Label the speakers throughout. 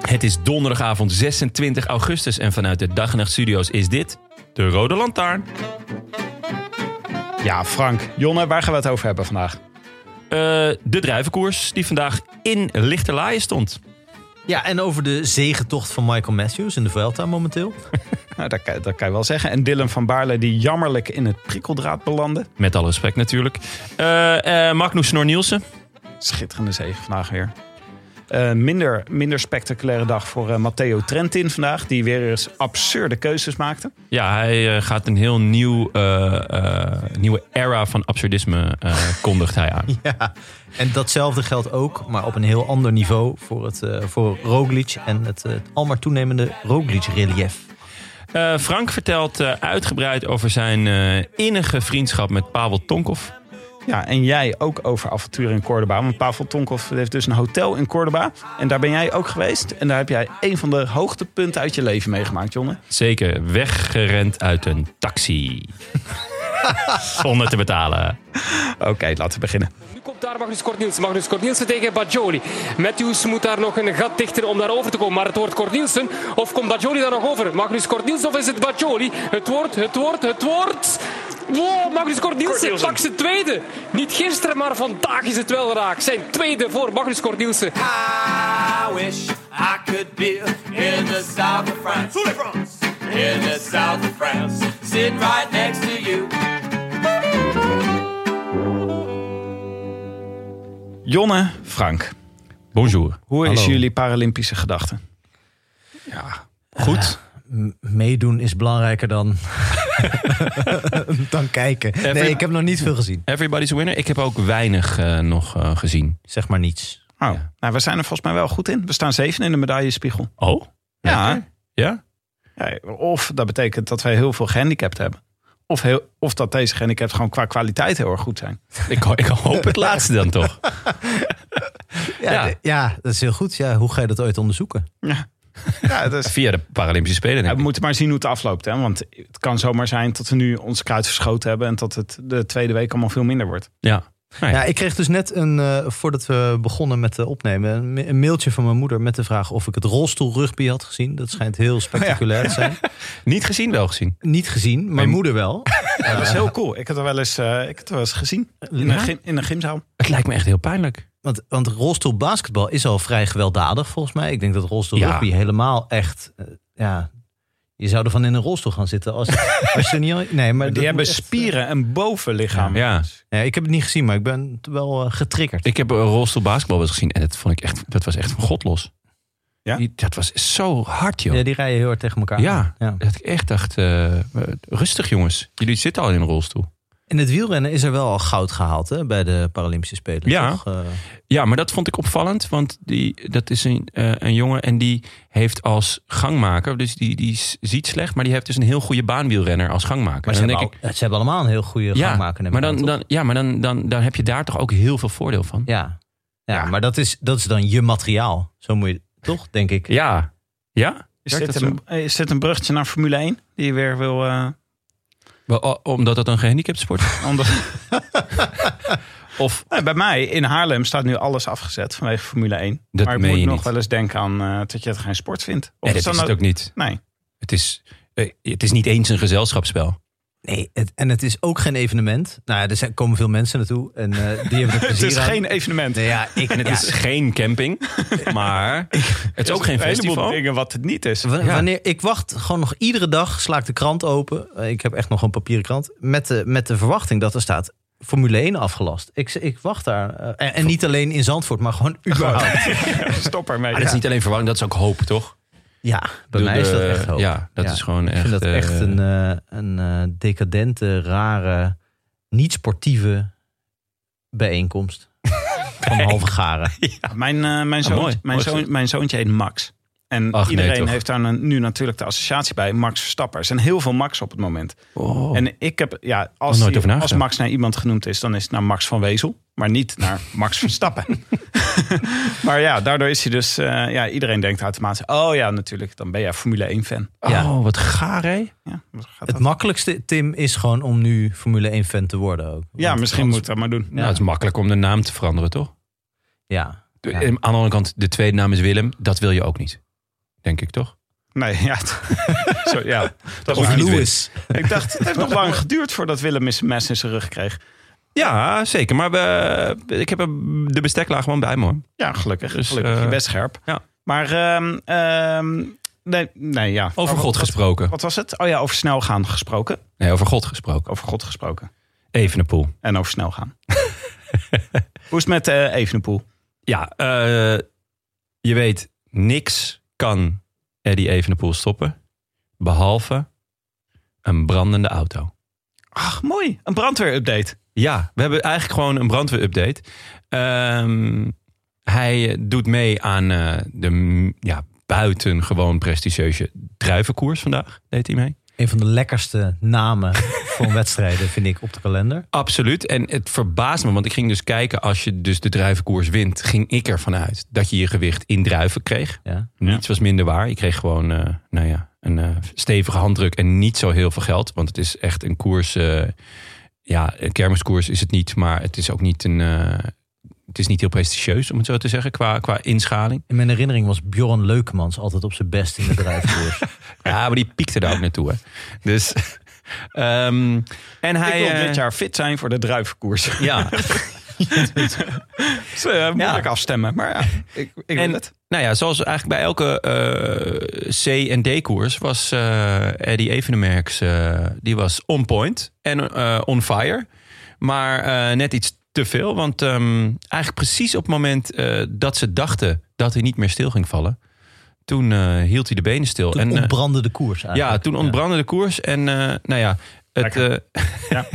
Speaker 1: Het is donderdagavond 26 augustus en vanuit de Dag en Nacht Studio's is dit de Rode Lantaarn.
Speaker 2: Ja, Frank. Jonne, waar gaan we het over hebben vandaag?
Speaker 1: Eh, de druivenkoers die vandaag in Lichterlaaien stond.
Speaker 3: Ja, en over de zegentocht van Michael Matthews in de Vuelta momenteel.
Speaker 2: Nou, dat, kan, dat kan je wel zeggen. En Dylan van Baarle die jammerlijk in het prikkeldraad belandde.
Speaker 1: Met alle respect natuurlijk. Eh eh Magnus Snor Nielsen.
Speaker 2: Schitterende zege vandaag weer. Eh, minder, minder spectaculaire dag voor eh, Matteo Trentin vandaag. Die weer eens absurde keuzes maakte.
Speaker 1: Ja, hij eh, gaat een heel nieuw, eh, eh, nieuwe era van absurdisme eh, kondigt hij aan.
Speaker 3: ja. En datzelfde geldt ook, maar op een heel ander niveau, voor, het, eh, voor Roglic en het eh, al maar toenemende Roglic-relief.
Speaker 1: Eh, Frank vertelt eh, uitgebreid over zijn eh, innige vriendschap met Pavel Tonkov.
Speaker 2: Ja, en jij ook over avonturen in Cordoba. Want Pavel Tonkov heeft dus een hotel in Cordoba. En daar ben jij ook geweest. En daar heb jij een van de hoogtepunten uit je leven meegemaakt, Jonne.
Speaker 1: Zeker weggerend uit een taxi. Zonder te betalen.
Speaker 2: Oké, laten we beginnen.
Speaker 4: Nu komt daar Magnus Kortnielsen. Magnus Kortnielsen tegen Bajoli. Matthews moet daar nog een gat dichter om daar over te komen. Maar het wordt Kortnielsen. Of komt Bajoli daar nog over? Magnus Kortnielsen of is het Bajoli? Het wordt, het wordt, het wordt... Wow, Magnus Kortnielsen pakt zijn tweede. Niet gisteren, maar vandaag is het wel raak. Zijn tweede voor Magnus Kortnielsen.
Speaker 5: I wish I could be in the south of France. France. In the south of France. Sitting right next to you.
Speaker 2: Jonne, Frank.
Speaker 1: Bonjour.
Speaker 2: Hoe is
Speaker 3: Hallo.
Speaker 2: jullie Paralympische gedachte?
Speaker 1: Goed.
Speaker 3: M- meedoen is belangrijker dan, dan kijken. Nee, ik heb nog niet veel gezien.
Speaker 1: Everybody's a winner. Ik heb ook weinig eh, nog eh, gezien.
Speaker 3: Zeg maar niets.
Speaker 2: Oh, nou, we zijn er volgens mij wel goed in. We staan zeven in de medaillespiegel.
Speaker 1: Oh?
Speaker 2: Ja.
Speaker 1: Ja?
Speaker 2: Ja, Of dat betekent dat wij heel veel gehandicapt hebben. Of, heel, of dat deze gehandicapt gewoon qua kwaliteit heel erg goed zijn.
Speaker 1: Ik, ho- ik hoop het laatste dan toch.
Speaker 3: Ja,
Speaker 1: Ja.
Speaker 3: d- ja, dat is heel goed. Ja, hoe ga je dat ooit onderzoeken?
Speaker 2: Ja, dat is-
Speaker 1: Via de Paralympische Spelen.
Speaker 2: Ja,
Speaker 1: denk
Speaker 2: we
Speaker 1: ik.
Speaker 2: moeten maar zien hoe het afloopt. Hè? Want het kan zomaar zijn dat we nu ons kruid verschoten hebben. En dat het de tweede week allemaal veel minder wordt.
Speaker 1: Ja. Nou ja.
Speaker 3: Ja, ik kreeg dus net een, eh, voordat we begonnen met eh, opnemen, een ma- een mailtje van mijn moeder met de vraag of ik het rolstoelrugby had gezien. Dat schijnt
Speaker 1: Oh
Speaker 3: heel spectaculair te zijn.
Speaker 1: Niet gezien, wel gezien.
Speaker 3: Niet gezien, mijn moeder wel.
Speaker 2: Ja, dat is heel cool. Ik had er wel eens, eh, ik had er wel eens gezien. In
Speaker 1: Ja?
Speaker 2: een, gym, in een gymzaal.
Speaker 1: Het lijkt me echt heel pijnlijk.
Speaker 3: Want, want rolstoelbasketbal is al vrij gewelddadig volgens mij. Ik denk dat rolstoelrugby helemaal echt... eh, ja, je zou ervan in een rolstoel gaan zitten als, als je niet... al- Nee, maar dat
Speaker 2: Die hebben
Speaker 3: moet echt-
Speaker 2: spieren en bovenlichaam.
Speaker 1: Ja.
Speaker 3: Nee, ik heb het niet gezien, maar ik ben wel eh, getriggerd.
Speaker 1: Ik heb een rolstoel basketbal wel eens gezien. En dat, vond ik echt, dat was echt van god los.
Speaker 2: Ja?
Speaker 1: Die- dat was zo hard, joh.
Speaker 3: Ja, die rijden heel hard tegen elkaar.
Speaker 1: Ja.
Speaker 3: aan.
Speaker 1: Dat ik echt dacht, eh, rustig jongens. Jullie zitten al in een rolstoel.
Speaker 3: In het wielrennen is er wel al goud gehaald hè, bij de Paralympische Spelen.
Speaker 1: Ja.
Speaker 3: toch? Eh,
Speaker 1: Ja, maar dat vond ik opvallend. Want die, dat is een, eh, een jongen en die heeft als gangmaker... dus die, die s- ziet slecht, maar die heeft dus een heel goede baanwielrenner als gangmaker.
Speaker 3: maar
Speaker 1: En
Speaker 3: ze
Speaker 1: dan
Speaker 3: hebben,
Speaker 1: denk
Speaker 3: al- ze hebben allemaal een heel goede
Speaker 1: Ja,
Speaker 3: gangmaker. neem ik
Speaker 1: maar,
Speaker 3: aan,
Speaker 1: dan,
Speaker 3: toch?
Speaker 1: dan, ja, maar dan, dan, dan heb je daar toch ook heel veel voordeel van.
Speaker 3: Ja. Ja, maar dat is, dat is dan je materiaal. Zo moet je toch, denk ik.
Speaker 1: Ja. Ja?
Speaker 2: Is,
Speaker 1: Werkt
Speaker 2: dit
Speaker 1: dat
Speaker 2: een, is dit een bruggetje naar Formule 1? Die je weer wil... eh,
Speaker 1: Wel, o- Omdat dat een gehandicapt sport is?
Speaker 2: onder-
Speaker 1: Of
Speaker 2: Nou, bij mij in Haarlem staat nu alles afgezet vanwege Formule 1.
Speaker 1: Dat
Speaker 2: maar ik
Speaker 1: meen
Speaker 2: moet
Speaker 1: je
Speaker 2: nog
Speaker 1: niet.
Speaker 2: wel eens denken aan eh, dat je het geen sport vindt.
Speaker 1: nee,
Speaker 2: Of
Speaker 1: dat
Speaker 2: dan
Speaker 1: is het ook niet.
Speaker 2: Nee.
Speaker 1: Het is, eh, het is niet eens een gezelschapsspel.
Speaker 3: Nee, het, en het is ook geen evenement. Nou ja, er zijn, komen veel mensen naartoe en eh, die hebben er
Speaker 2: Het
Speaker 3: plezier
Speaker 2: is
Speaker 3: aan.
Speaker 2: geen evenement.
Speaker 3: Nee, ja, ik,
Speaker 1: Het
Speaker 3: ja,
Speaker 1: is geen camping, maar het is ook geen
Speaker 2: een heleboel
Speaker 1: festival.
Speaker 2: dingen wat het niet is.
Speaker 3: W- Wanneer, ik wacht gewoon nog iedere dag, sla ik de krant open. Eh, Ik heb echt nog een papieren krant. Met de, met de verwachting dat er staat Formule 1 afgelast. Ik, z- ik wacht daar. eh, en, en niet alleen in Zandvoort, maar gewoon überhaupt.
Speaker 2: Stop ermee.
Speaker 1: Maar Ah, dat is niet alleen verwarring, dat is ook hoop, toch?
Speaker 3: Ja, bij mij is dat echt hoop.
Speaker 1: Ja, dat
Speaker 3: Ja.
Speaker 1: is gewoon
Speaker 3: ik
Speaker 1: echt...
Speaker 3: vind dat
Speaker 1: eh,
Speaker 3: echt een, eh, een eh, decadente, rare, niet-sportieve bijeenkomst. Van halve garen.
Speaker 2: Ja, mijn, eh, mijn, zoontje,
Speaker 1: Ah, mooi.
Speaker 2: mijn,
Speaker 1: Mooi
Speaker 2: zoon,
Speaker 1: zo.
Speaker 2: mijn zoontje heet Max. En
Speaker 1: Ach, nee,
Speaker 2: iedereen
Speaker 1: toch.
Speaker 2: heeft daar een- nu natuurlijk de associatie bij. Max Verstappen. Er zijn heel veel Max op het moment.
Speaker 1: oh.
Speaker 2: En ik heb, ja,
Speaker 1: Nog
Speaker 2: als,
Speaker 1: nooit
Speaker 2: die-
Speaker 1: over
Speaker 2: als
Speaker 1: nagedacht.
Speaker 2: Max naar iemand genoemd is, dan is het naar Max van Wezel. Maar niet naar Max Verstappen. maar ja, daardoor is hij dus... eh, ja, iedereen denkt automatisch... Oh ja, natuurlijk, dan ben jij Formule 1-fan.
Speaker 3: eh, Ja.
Speaker 1: Oh, wat gaar, hè?
Speaker 2: Ja, wat gaat
Speaker 3: Het
Speaker 2: dat?
Speaker 3: makkelijkste, Tim, is gewoon om nu Formule 1 fan te worden ook.
Speaker 2: ja
Speaker 3: Want
Speaker 2: misschien
Speaker 3: anders-
Speaker 2: moet ik dat maar doen.
Speaker 1: Nou, het is makkelijk om de naam te veranderen, toch?
Speaker 3: Ja.
Speaker 1: De-
Speaker 3: Ja.
Speaker 1: en Aan de andere kant, de tweede naam is Willem. Dat wil je ook niet. Denk ik, toch?
Speaker 2: Nee, ja. het- Zo, ja dat
Speaker 1: Of
Speaker 2: is
Speaker 1: Lewis.
Speaker 2: Ik dacht, het heeft nog lang geduurd voordat Willem een mes in zijn rug kreeg.
Speaker 1: Ja, zeker. Maar we, ik heb er de besteklaag gewoon bij me, hoor.
Speaker 2: Ja, gelukkig.
Speaker 1: Dus,
Speaker 2: gelukkig.
Speaker 1: eh,
Speaker 2: best scherp.
Speaker 1: ja.
Speaker 2: Maar, ehm, ehm, nee, nee, ja.
Speaker 1: Over
Speaker 2: Oh, Wat-
Speaker 1: God
Speaker 2: wat-
Speaker 1: gesproken.
Speaker 2: Wat was het? Oh ja, over snel gaan gesproken.
Speaker 1: Nee, over God gesproken.
Speaker 2: Over God gesproken.
Speaker 1: Evenepoel.
Speaker 2: En over snel gaan. Hoe is het met eh Evenepoel?
Speaker 1: Ja, eh, je weet, niks kan Eddie Evenepoel stoppen. Behalve een brandende auto.
Speaker 2: Ach, mooi. Een brandweerupdate.
Speaker 1: Ja, we hebben eigenlijk gewoon een brandweerupdate. Ehm, hij eh, doet mee aan eh, de mm, ja, buitengewoon prestigieuze druivenkoers vandaag. Deed hij mee?
Speaker 3: Een van de lekkerste namen van wedstrijden vind ik op de kalender.
Speaker 1: Absoluut. En het verbaast me, want ik ging dus kijken... als je dus de druivenkoers wint, ging ik ervan uit... dat je je gewicht in druiven kreeg.
Speaker 3: Ja.
Speaker 1: Niets was minder waar. Ik kreeg gewoon eh, nou ja, een eh, stevige handdruk en niet zo heel veel geld. Want het is echt een koers... eh, ja, een kermiskoers is het niet, maar het is ook niet een... eh, het is niet heel prestigieus, om het zo te zeggen, qua, qua inschaling.
Speaker 3: In mijn herinnering was Bjorn Leukemans altijd op zijn best in de drijfkoers.
Speaker 1: Ja, maar die piekte daar ook naartoe, hè. Dus... ehm, en hij...
Speaker 2: ik wil
Speaker 1: eh,
Speaker 2: dit jaar fit zijn voor de druivenkoers.
Speaker 1: Ja,
Speaker 2: Dus, eh, moeilijk afstemmen, maar ja, ik, ik
Speaker 1: En
Speaker 2: wil het.
Speaker 1: nou ja, zoals eigenlijk bij elke eh, C- en D-koers was eh Eddie Evenemerks eh, die was on point en eh, on fire. Maar eh, net iets te veel, want ehm, eigenlijk precies op het moment eh, dat ze dachten dat hij niet meer stil ging vallen, toen eh, hield hij de benen stil.
Speaker 3: Toen
Speaker 1: en, eh,
Speaker 3: ontbrandde de koers eigenlijk.
Speaker 1: ja, toen ontbrandde de koers. En eh, nou ja, het. eh,
Speaker 2: Ja.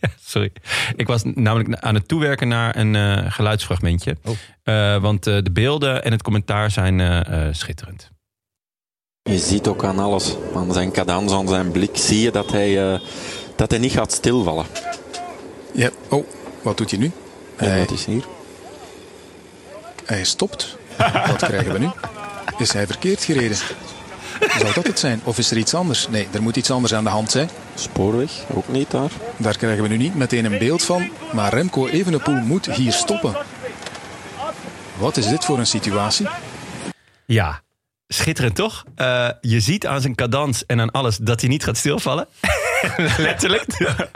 Speaker 1: Ja, Sorry. Ik was namelijk na- aan het toewerken naar een eh, geluidsfragmentje.
Speaker 3: Oh.
Speaker 1: Eh, want eh, de beelden en het commentaar zijn eh, eh, schitterend.
Speaker 6: Je ziet ook aan alles, aan zijn cadans, aan zijn blik, zie je dat hij, eh, dat hij niet gaat stilvallen.
Speaker 7: Ja. Oh, wat doet hij nu?
Speaker 6: En
Speaker 7: Hij,
Speaker 6: wat is hier?
Speaker 7: hij stopt. Wat krijgen we nu? Is hij verkeerd gereden? Zou dat het zijn? Of is er iets anders? Nee, er moet iets anders aan de hand zijn.
Speaker 6: Spoorweg, ook niet daar.
Speaker 7: Daar krijgen we nu niet meteen een beeld van. Maar Remco Evenepoel moet hier stoppen. Wat is dit voor een situatie?
Speaker 1: Ja, schitterend toch? Eh, je ziet aan zijn cadans en aan alles dat hij niet gaat stilvallen. Letterlijk.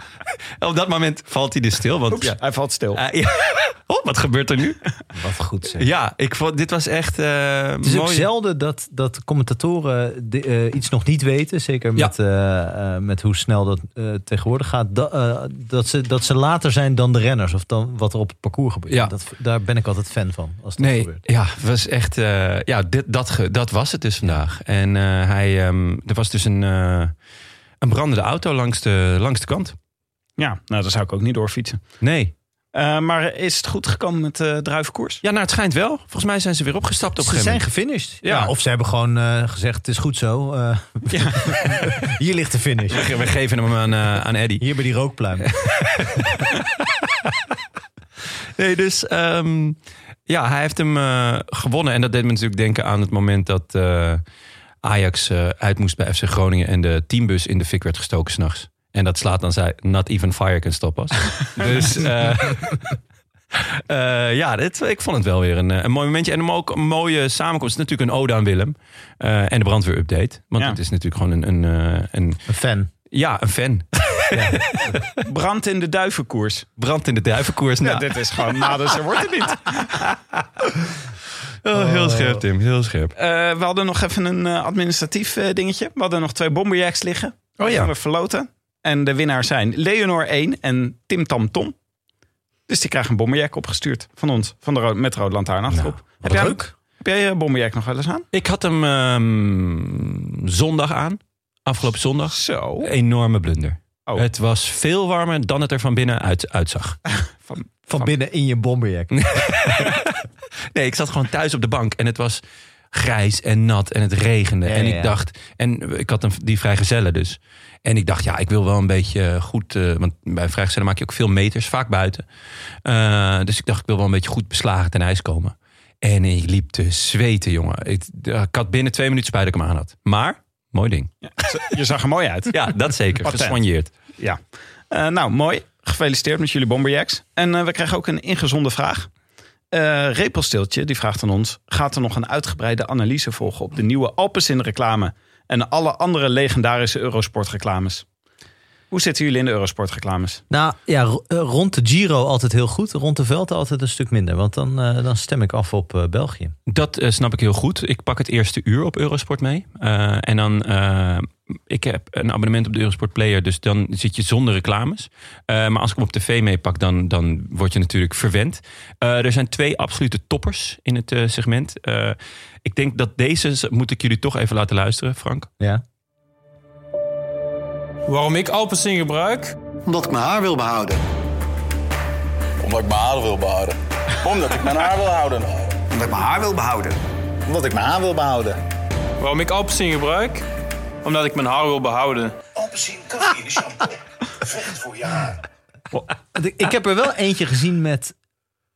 Speaker 1: Op dat moment valt hij dus stil. Want,
Speaker 2: Oeps, hij valt stil.
Speaker 1: Ah, ja. Oh, wat gebeurt er nu?
Speaker 3: Wat goed zeg.
Speaker 1: Ja, ik vond, dit was echt eh
Speaker 3: Het is ook
Speaker 1: mooi.
Speaker 3: zelden dat, dat commentatoren de- eh, iets nog niet weten. Zeker
Speaker 1: Ja.
Speaker 3: met, eh, eh, met hoe snel dat eh, tegenwoordig gaat. Da- eh, dat, ze, dat ze later zijn dan de renners. Of dan wat er op het parcours gebeurt.
Speaker 1: Ja.
Speaker 3: Dat, daar ben ik altijd fan van. Als dat
Speaker 1: nee,
Speaker 3: gebeurt.
Speaker 1: ja, het was echt. eh, ja, dit, dat, ge- dat was het dus vandaag. En eh, hij, ehm, er was dus een, eh, een brandende auto langs de, langs de kant.
Speaker 2: Ja, nou, daar zou ik ook niet doorfietsen.
Speaker 1: Nee.
Speaker 2: Eh, maar is het goed gekomen met de druivenkoers?
Speaker 1: Ja, nou, het schijnt wel. Volgens mij zijn ze weer opgestapt op een
Speaker 3: Ze
Speaker 1: gegeven
Speaker 3: zijn
Speaker 1: moment.
Speaker 3: gefinished.
Speaker 1: Ja.
Speaker 3: Ja. of ze hebben gewoon eh, gezegd, het is goed zo. eh, Hier ligt de finish.
Speaker 1: We ge- We geven hem aan, eh, aan Eddie.
Speaker 3: Hier bij die rookpluim.
Speaker 1: Nee, dus ehm, ja, hij heeft hem eh, gewonnen. En dat deed me natuurlijk denken aan het moment dat eh, Ajax eh, uit moest bij FC Groningen. En de teambus in de fik werd gestoken s'nachts. En dat slaat dan zij Not even fire can stop us. dus eh, eh, ja, dit, ik vond het wel weer een, eh, een mooi momentje. En hem ook een mooie samenkomst. Het is natuurlijk een ode aan Willem. eh, en de brandweerupdate. Want
Speaker 2: Ja.
Speaker 1: het is natuurlijk gewoon een, een, eh, een,
Speaker 3: Een fan.
Speaker 1: ja, een fan.
Speaker 2: Brand in de duivenkoers.
Speaker 1: Brand in de duivenkoers.
Speaker 2: Ja,
Speaker 1: Nou,
Speaker 2: dit is gewoon naders, er wordt het niet.
Speaker 1: oh, heel scherp, Tim. Heel scherp.
Speaker 2: Eh, we hadden nog even een eh, administratief eh, dingetje. We hadden nog twee bomberjacks liggen. Die
Speaker 1: Oh
Speaker 2: gaan
Speaker 1: ja.
Speaker 2: We verloten. En de winnaars zijn Leonor 1 en Tim Tam Tom. Dus die krijgen een bomberjack opgestuurd van ons. Van de Ro- met Rood Lantaarn achterop. heb, jij,
Speaker 1: leuk.
Speaker 2: heb jij je bomberjack nog wel eens aan?
Speaker 1: Ik had hem ehm, zondag aan. Afgelopen zondag.
Speaker 2: Zo.
Speaker 1: Enorme blunder.
Speaker 2: Oh.
Speaker 1: Het was veel warmer dan het er van binnen uit, uitzag.
Speaker 3: Van binnen in je bomberjack.
Speaker 1: Nee, ik zat gewoon thuis op de bank en het was grijs en nat en het regende.
Speaker 3: Ja,
Speaker 1: en ik
Speaker 3: ja.
Speaker 1: dacht, en ik had een, die vrijgezellen dus. En ik dacht, ja, ik wil wel een beetje eh, goed, eh, want bij vrijgezellen maak je ook veel meters, vaak buiten. Eh, dus ik dacht, ik wil wel een beetje goed beslagen ten ijs komen. En ik liep te zweten, jongen. Ik, ik had binnen twee minuten spijt dat ik hem aan had. Maar, mooi ding.
Speaker 2: Je zag er mooi uit.
Speaker 1: Ja, dat zeker.
Speaker 2: Patent.
Speaker 1: Gesoigneerd.
Speaker 2: Ja. Eh, nou, mooi. Gefeliciteerd met jullie Bomberjacks. En eh, we kregen ook een ingezonde vraag. Eh Repelsteeltje, die vraagt aan ons... gaat er nog een uitgebreide analyse volgen op de nieuwe Alpecin-reclame... en alle andere legendarische Eurosport-reclames? Hoe zitten jullie in de Eurosport-reclames?
Speaker 3: Nou ja, ro- eh, rond de Giro altijd heel goed. Rond de Veld altijd een stuk minder. Want dan, eh, dan stem ik af op eh, België.
Speaker 1: Dat eh, snap ik heel goed. Ik pak het eerste uur op Eurosport mee. Eh, en dan, eh, ik heb een abonnement op de Eurosport Player, dus dan zit je zonder reclames. Eh, maar als ik hem op tv meepak, dan, dan word je natuurlijk verwend. Eh, er zijn twee absolute toppers in het eh, segment. Eh, ik denk dat deze, moet ik jullie toch even laten luisteren, Frank.
Speaker 3: Ja.
Speaker 4: Waarom ik Alpecin gebruik?
Speaker 8: Omdat ik mijn haar wil behouden.
Speaker 5: Omdat ik mijn haar wil behouden. Omdat ik mijn haar wil houden.
Speaker 8: Omdat ik mijn haar wil behouden.
Speaker 5: Omdat ik mijn haar wil behouden.
Speaker 4: Waarom ik Alpecin gebruik? Omdat ik mijn haar wil behouden.
Speaker 3: Want Ik ik heb er wel eentje gezien met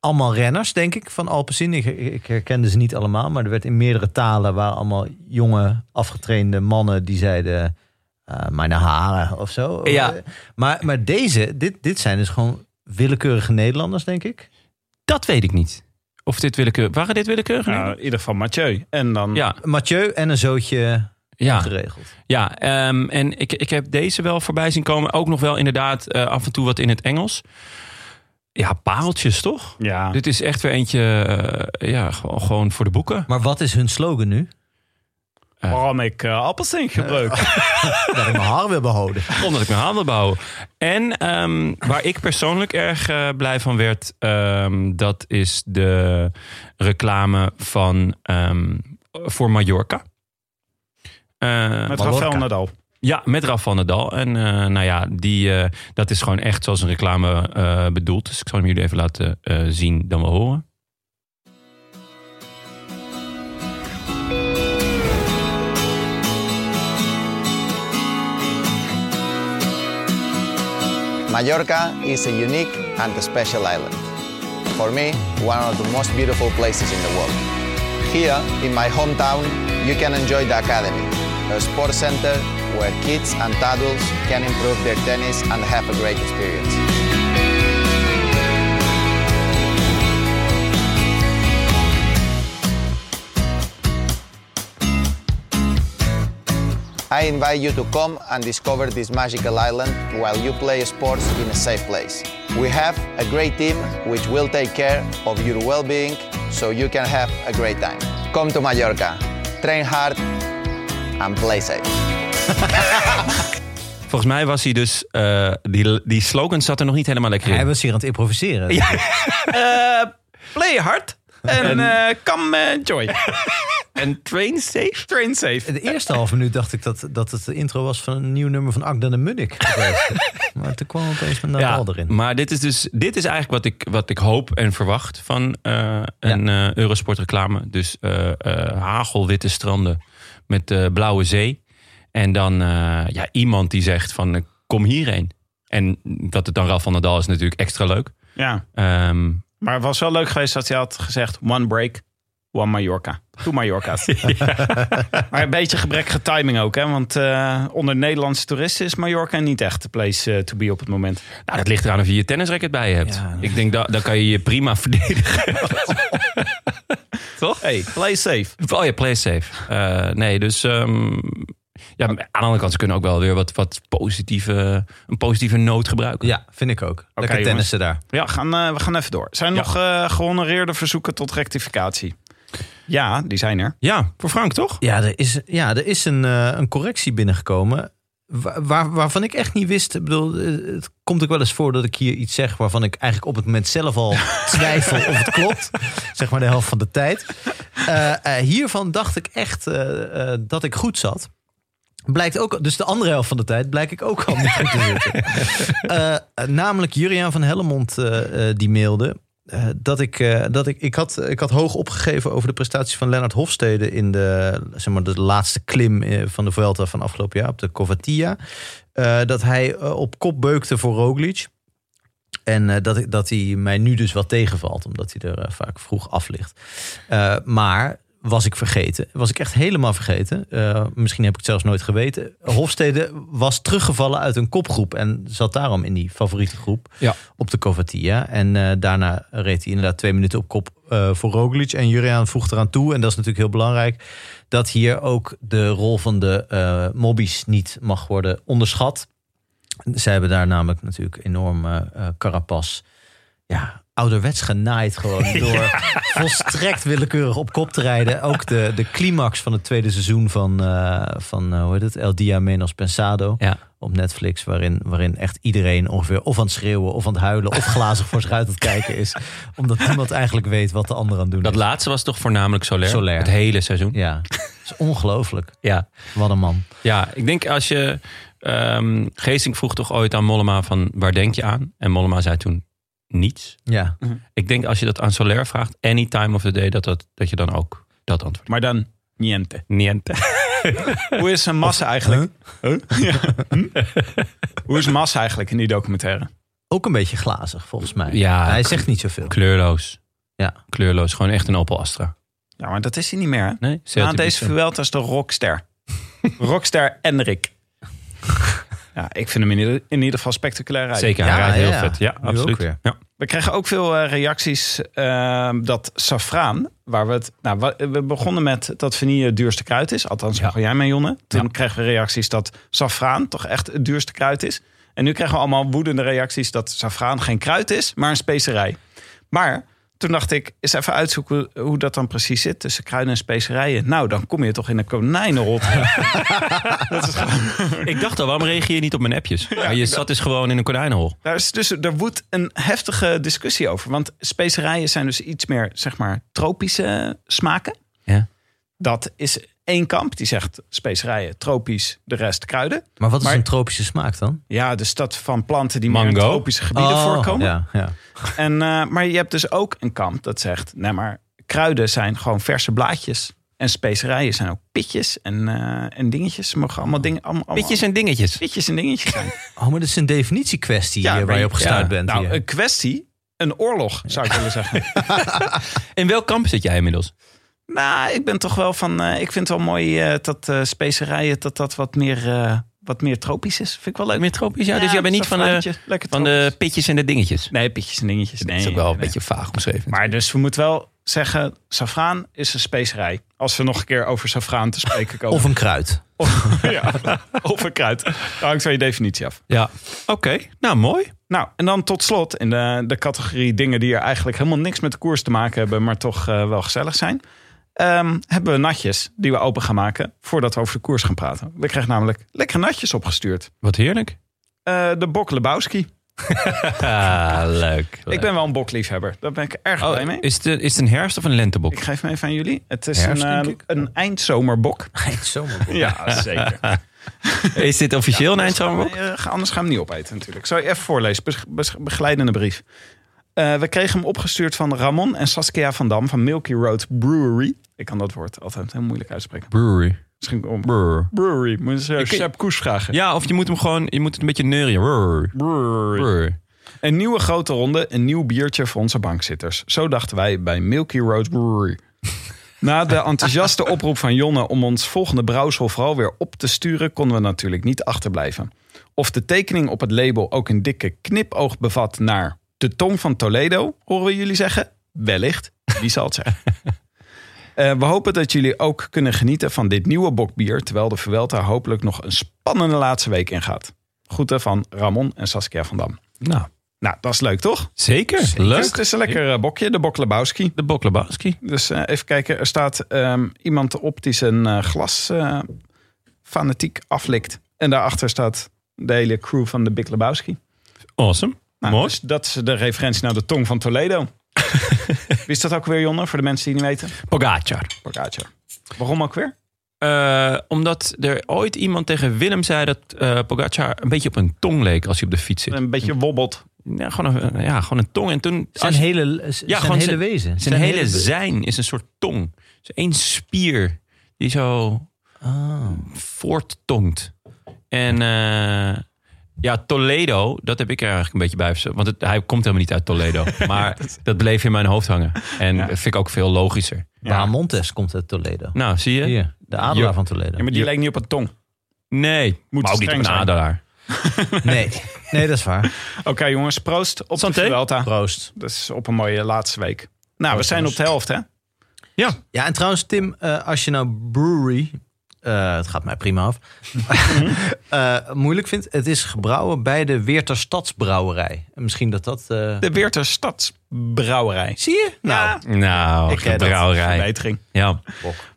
Speaker 3: allemaal renners, denk ik, van Alpecin. Ik, ik herkende ze niet allemaal, maar er werd in meerdere talen... waar allemaal jonge, afgetrainde mannen die zeiden... eh, mijn haren of zo.
Speaker 1: Ja.
Speaker 3: Maar, maar deze, dit, dit zijn dus gewoon willekeurige Nederlanders, denk ik.
Speaker 1: Dat weet ik niet. Of dit willekeurig, waren dit willekeurig?
Speaker 2: Nou, in ieder geval Mathieu. En dan...
Speaker 1: ja,
Speaker 3: Mathieu en een zootje
Speaker 1: ja.
Speaker 3: geregeld.
Speaker 1: Ja, ehm, en ik, ik heb deze wel voorbij zien komen. Ook nog wel inderdaad eh, af en toe wat in het Engels. Ja, pareltjes toch?
Speaker 2: Ja.
Speaker 1: Dit is echt weer eentje, eh, ja, gewoon, gewoon voor de boeken.
Speaker 3: Maar wat is hun slogan nu?
Speaker 2: Waarom ik eh Alpecin gebruik?
Speaker 3: Dat ik mijn haar wil behouden.
Speaker 1: Omdat ik mijn handen bouw. En ehm, waar ik persoonlijk erg eh, blij van werd, ehm, dat is de reclame van ehm, voor Mallorca. Eh,
Speaker 2: met
Speaker 3: Mallorca.
Speaker 2: Rafael Nadal.
Speaker 1: Ja, met Raf van Nadal. En eh, nou ja, die, eh, dat is gewoon echt zoals een reclame eh, bedoeld. Dus ik zal hem jullie even laten eh, zien dan wel horen.
Speaker 8: Mallorca is a unique and a special island. For me, one of the most beautiful places in the world. Here, in my hometown, you can enjoy the academy, a sports center where kids and adults can improve their tennis and have a great experience. I invite you to come and discover this magical island while you play sports in a safe place. We have a great team which will take care of your well being so you can have a great time. Come to Mallorca, train hard, and play safe.
Speaker 1: Volgens mij was hij dus, eh, die, die slogan zat er nog niet helemaal lekker in.
Speaker 3: Hij was hier aan het improviseren.
Speaker 2: Play hard. En eh come enjoy.
Speaker 1: En train safe?
Speaker 2: Train safe.
Speaker 3: De eerste half minuut dacht ik dat, dat het de intro was van een nieuw nummer van Akdan en Munnik. maar toen kwam opeens een Nadal erin.
Speaker 1: maar dit is dus dit is eigenlijk wat ik, wat ik hoop en verwacht van eh, een eh Eurosport reclame. Dus eh, eh, hagelwitte stranden met eh, blauwe zee. En dan eh, ja, iemand die zegt van eh, kom hierheen. En dat het dan Raf van Nadal is natuurlijk extra leuk.
Speaker 2: Ja.
Speaker 1: Ehm,
Speaker 2: Maar het was wel leuk geweest dat hij had gezegd... one break, one Mallorca. Two Mallorca's. Maar een beetje gebrekkige timing ook, hè? Want eh, onder Nederlandse toeristen is Mallorca niet echt de place eh, to be op het moment.
Speaker 1: nou, dat ligt eraan of je je tennisracket bij je hebt.
Speaker 3: Ja, dat
Speaker 1: ik denk, dat dan kan je je prima verdedigen. Toch?
Speaker 2: Hey, play safe.
Speaker 1: Oh ja, play safe. Eh, nee, dus ehm, Ja, maar aan de andere kant, ze kunnen ook wel weer wat, wat positieve, een positieve noot gebruiken.
Speaker 3: Ja, vind ik ook.
Speaker 1: Oké,
Speaker 3: Lekker tennissen daar.
Speaker 2: Ja, gaan, eh, we gaan even door. Zijn er
Speaker 1: Ja.
Speaker 2: nog eh gehonoreerde verzoeken tot rectificatie? Ja, die zijn er.
Speaker 1: Ja, voor Frank toch?
Speaker 3: Ja, er is, ja, er is een, eh, een correctie binnengekomen. wa- Waar, waarvan ik echt niet wist. Ik bedoel, eh, het komt ook wel eens voor dat ik hier iets zeg waarvan ik eigenlijk op het moment zelf al twijfel of het klopt. Zeg maar de helft van de tijd. Eh, eh, hiervan dacht ik echt eh, eh, dat ik goed zat. Blijkt ook, dus de andere helft van de tijd blijk ik ook al niet goed te zitten. Eh, eh, namelijk Juriaan van Hellemond eh, eh, die mailde. eh, dat ik, eh, dat ik, ik, had, ik had hoog opgegeven over de prestatie van Lennart Hofstede in de, zeg maar, de laatste klim eh, van de Vuelta van afgelopen jaar op de Covatia. Eh, dat hij eh, op kop beukte voor Roglic. En eh, dat, ik- dat hij mij nu dus wat tegenvalt, omdat hij er eh, vaak vroeg af ligt. Eh, maar was ik vergeten, was ik echt helemaal vergeten. Eh, misschien heb ik het zelfs nooit geweten. Hofstede was teruggevallen uit een kopgroep en zat daarom in die favoriete groep
Speaker 1: Ja.
Speaker 3: op de Covatia. En eh, daarna reed hij inderdaad twee minuten op kop eh, voor Roglic. En Juriaan voegt eraan toe, en dat is natuurlijk heel belangrijk... dat hier ook de rol van de eh mobbies niet mag worden onderschat. Zij hebben daar namelijk natuurlijk enorme eh carapas. Ja, ouderwets genaaid gewoon. Door volstrekt willekeurig op kop te rijden. Ook de, de climax van het tweede seizoen van, eh, van eh, hoe heet het? El Dia Menos Pensado.
Speaker 1: Ja.
Speaker 3: Op Netflix, waarin, waarin echt iedereen ongeveer of aan het schreeuwen, of aan het huilen, of glazig voor zich uit aan het kijken is. Omdat niemand eigenlijk weet wat de ander aan het doen
Speaker 1: Dat
Speaker 3: is.
Speaker 1: laatste was toch voornamelijk Soler?
Speaker 3: Soler.
Speaker 1: Het hele seizoen. Ja.
Speaker 3: Ja, het is ongelooflijk.
Speaker 1: ja.
Speaker 3: Wat een man.
Speaker 1: ik denk als je... ehm Geesink vroeg toch ooit aan Mollema van waar denk je aan? En Mollema zei toen niets.
Speaker 3: Ja,
Speaker 1: Ik denk als je dat aan Soler vraagt, any time of the day, dat, dat, dat je dan ook dat antwoord
Speaker 2: Maar dan niente.
Speaker 1: Niente.
Speaker 2: Hoe is een massa eigenlijk? Huh? Ja. Hm? Hoe is massa eigenlijk in die documentaire?
Speaker 3: ook een beetje glazig volgens mij.
Speaker 1: Ja,
Speaker 3: Hij zegt niet zoveel.
Speaker 1: Kleurloos.
Speaker 3: Ja.
Speaker 1: Kleurloos. Gewoon echt een Opel Astra.
Speaker 2: Ja, maar dat is hij niet meer. Hè?
Speaker 1: Nee?
Speaker 2: Na deze Vuelta is de rockster. rockster Enrik. Ja, ik vind hem in ieder, in ieder geval spectaculair rijden.
Speaker 1: Zeker,
Speaker 3: Ja,
Speaker 1: hij rijdt heel
Speaker 3: ja.
Speaker 1: vet. Ja,
Speaker 3: Nu
Speaker 1: absoluut.
Speaker 3: ook weer.
Speaker 1: Ja.
Speaker 2: We kregen ook veel eh, reacties eh, dat safraan, waar we het. Nou, wa- we begonnen met dat vanille het duurste kruid is. Althans, begon jij mee, Jonne. Toen kregen we reacties dat safraan toch echt het duurste kruid is. En nu krijgen we allemaal woedende reacties dat safraan geen kruid is, maar een specerij. Maar toen dacht ik, eens even uitzoeken hoe dat dan precies zit tussen kruiden en specerijen. Nou, dan kom je toch in een konijnenrot.
Speaker 1: Ik dacht al, waarom reageer je niet op mijn appjes? Maar je zat dus gewoon in een konijnenhol.
Speaker 2: Daar is dus, er woedt een heftige discussie over. Want specerijen zijn dus iets meer, zeg maar, tropische smaken.
Speaker 1: Ja.
Speaker 2: Dat is één kamp die zegt specerijen, tropisch, de rest kruiden.
Speaker 3: Maar wat is
Speaker 2: Maar-
Speaker 3: een tropische smaak dan?
Speaker 2: Ja, dus dat van planten die meer in
Speaker 1: Mango.
Speaker 2: tropische gebieden
Speaker 3: Oh,
Speaker 2: voorkomen.
Speaker 3: Ja, ja.
Speaker 2: En, eh, maar je hebt dus ook een kamp dat zegt, nee maar kruiden zijn gewoon verse blaadjes. En specerijen zijn ook pitjes en, eh, en dingetjes. Ze mogen allemaal dingen... Allemaal, allemaal-
Speaker 1: Pitjes en dingetjes.
Speaker 2: pitjes en dingetjes zijn.
Speaker 3: Oh, maar dat is een definitiekwestie
Speaker 2: Ja,
Speaker 3: eh, waar je op gestuurd
Speaker 1: ja.
Speaker 3: bent.
Speaker 2: nou,
Speaker 3: hier.
Speaker 2: een kwestie, een oorlog zou ik willen zeggen.
Speaker 1: In welk kamp zit jij inmiddels?
Speaker 2: Nou, ik ben toch wel van. eh, ik vind het wel mooi eh, dat eh, specerijen dat dat wat meer, eh, wat meer tropisch is. Vind ik wel leuk.
Speaker 1: Meer tropisch? Ja, dus jij bent niet van de,
Speaker 2: safraantje, lekker
Speaker 1: van de
Speaker 2: tropisch.
Speaker 1: pitjes en de dingetjes.
Speaker 2: Nee, pitjes en dingetjes. Nee,
Speaker 1: dat is ook wel
Speaker 2: nee,
Speaker 1: een
Speaker 2: nee.
Speaker 1: beetje vaag omschreven.
Speaker 2: Maar dus we moeten wel zeggen: safraan is een specerij. Als we nog een keer over safraan te spreken komen.
Speaker 3: Of een kruid.
Speaker 2: of, ja, of een kruid. Dat hangt van je definitie af.
Speaker 1: ja, oké. Nou, mooi.
Speaker 2: Nou, en dan tot slot in de, de categorie dingen die er eigenlijk helemaal niks met de koers te maken hebben, maar toch eh, wel gezellig zijn. ehm, hebben we natjes die we open gaan maken voordat we over de koers gaan praten. We krijgen namelijk lekkere natjes opgestuurd.
Speaker 1: Wat heerlijk.
Speaker 2: Eh, de Bok Lebowski.
Speaker 1: Ah, leuk.
Speaker 2: Ik ben wel een bokliefhebber. Daar ben ik erg blij
Speaker 1: Oh,
Speaker 2: mee.
Speaker 1: is, het, een- is het een herfst of een lentebok?
Speaker 2: Ik geef hem even aan jullie. Het is
Speaker 1: Herfst,
Speaker 2: een, eh,
Speaker 1: denk ik.
Speaker 2: een eindzomerbok.
Speaker 3: Zomer.
Speaker 2: Ja, zeker.
Speaker 1: Is dit officieel een eindzomerbok?
Speaker 2: Nee, eh, ga- anders gaan we hem niet opeten natuurlijk. Zal je even voorlezen, bes- bes- begeleidende brief. Eh, we kregen hem opgestuurd van Ramon en Saskia van Dam van Milky Road Brewery. Ik kan dat woord altijd heel moeilijk uitspreken.
Speaker 1: Brewery.
Speaker 2: Misschien om
Speaker 1: Brr.
Speaker 2: brewery. Moet je eens,
Speaker 1: Ik-
Speaker 2: eh, Sepp Koes vragen.
Speaker 1: Ja, of je moet hem gewoon, je moet het een beetje neurien. Brr.
Speaker 2: Brewery.
Speaker 1: Brr.
Speaker 2: Een nieuwe grote ronde, een nieuw biertje voor onze bankzitters. Zo dachten wij bij Milky Road Brewery. Na de enthousiaste oproep van Jonne om ons volgende brouwsel vooral weer op te sturen, konden we natuurlijk niet achterblijven. Of de tekening op het label ook een dikke knipoog bevat naar de tong van Toledo, horen we jullie zeggen? Wellicht, wie zal het zeggen? Eh, we hopen dat jullie ook kunnen genieten van dit nieuwe bokbier. Terwijl de Vuelta hopelijk nog een spannende laatste week ingaat. Groeten van Ramon en Saskia van Dam.
Speaker 1: Nou,
Speaker 2: Nou, dat is leuk toch?
Speaker 1: zeker.
Speaker 2: Dus
Speaker 1: Leuk.
Speaker 2: het is een lekker eh, bokje, de bok Lebowski.
Speaker 1: De Boklebowski.
Speaker 2: Dus eh, even kijken, er staat ehm, iemand op die zijn eh, glas eh, fanatiek aflikt. En daarachter staat de hele crew van de Big Lebowski.
Speaker 1: Awesome.
Speaker 2: Nou,
Speaker 1: Mooi.
Speaker 2: dus dat is de referentie naar de tong van Toledo. Wie is dat ook weer, Jonne, voor de mensen die het niet weten?
Speaker 1: Pogacar.
Speaker 2: Pogacar. Waarom ook weer?
Speaker 1: Eh, omdat er ooit iemand tegen Willem zei dat eh Pogacar een beetje op een tong leek als hij op de fiets zit.
Speaker 2: Een beetje wobbelt.
Speaker 1: Ja, gewoon een, eh, ja, gewoon een tong. En toen,
Speaker 3: Zijn
Speaker 1: als-
Speaker 3: hele, z- zijn
Speaker 1: gewoon
Speaker 3: hele
Speaker 1: zijn-
Speaker 3: wezen.
Speaker 1: zijn hele zijn is een soort tong. Dus één spier die zo voorttongt. En eh, ja, Toledo, dat heb ik er eigenlijk een beetje bij. verzonnen, Want het- hij komt helemaal niet uit Toledo. maar dat bleef in mijn hoofd hangen. En dat vind ik ook veel logischer.
Speaker 3: Waar Montes komt uit Toledo.
Speaker 1: Nou, zie je?
Speaker 3: Hier, de adelaar
Speaker 1: Ja.
Speaker 3: van Toledo.
Speaker 2: Ja, maar die
Speaker 1: Ja.
Speaker 2: lijkt niet op een tong.
Speaker 1: Nee,
Speaker 2: Moet
Speaker 1: maar ook niet op
Speaker 2: streng
Speaker 1: een
Speaker 2: zijn.
Speaker 1: adelaar.
Speaker 3: Nee. nee, dat is waar.
Speaker 2: Oké jongens, proost op
Speaker 1: Santé.
Speaker 2: de Vuelta.
Speaker 3: Proost.
Speaker 2: Dat is op een mooie laatste week. Nou, we zijn op de helft, hè?
Speaker 3: Ja, en trouwens, Tim, eh, als je nou brewery. eh, het gaat mij prima af. eh, moeilijk vindt. Het is gebrouwen bij de Weerter Stadsbrouwerij. En misschien dat dat. eh,
Speaker 2: De Weerter Stadsbrouwerij.
Speaker 3: Zie je? Nou,
Speaker 2: Ja,
Speaker 1: Nou,
Speaker 2: ik ken dat.
Speaker 1: brouwerij.
Speaker 2: Verbetering.
Speaker 1: Ja.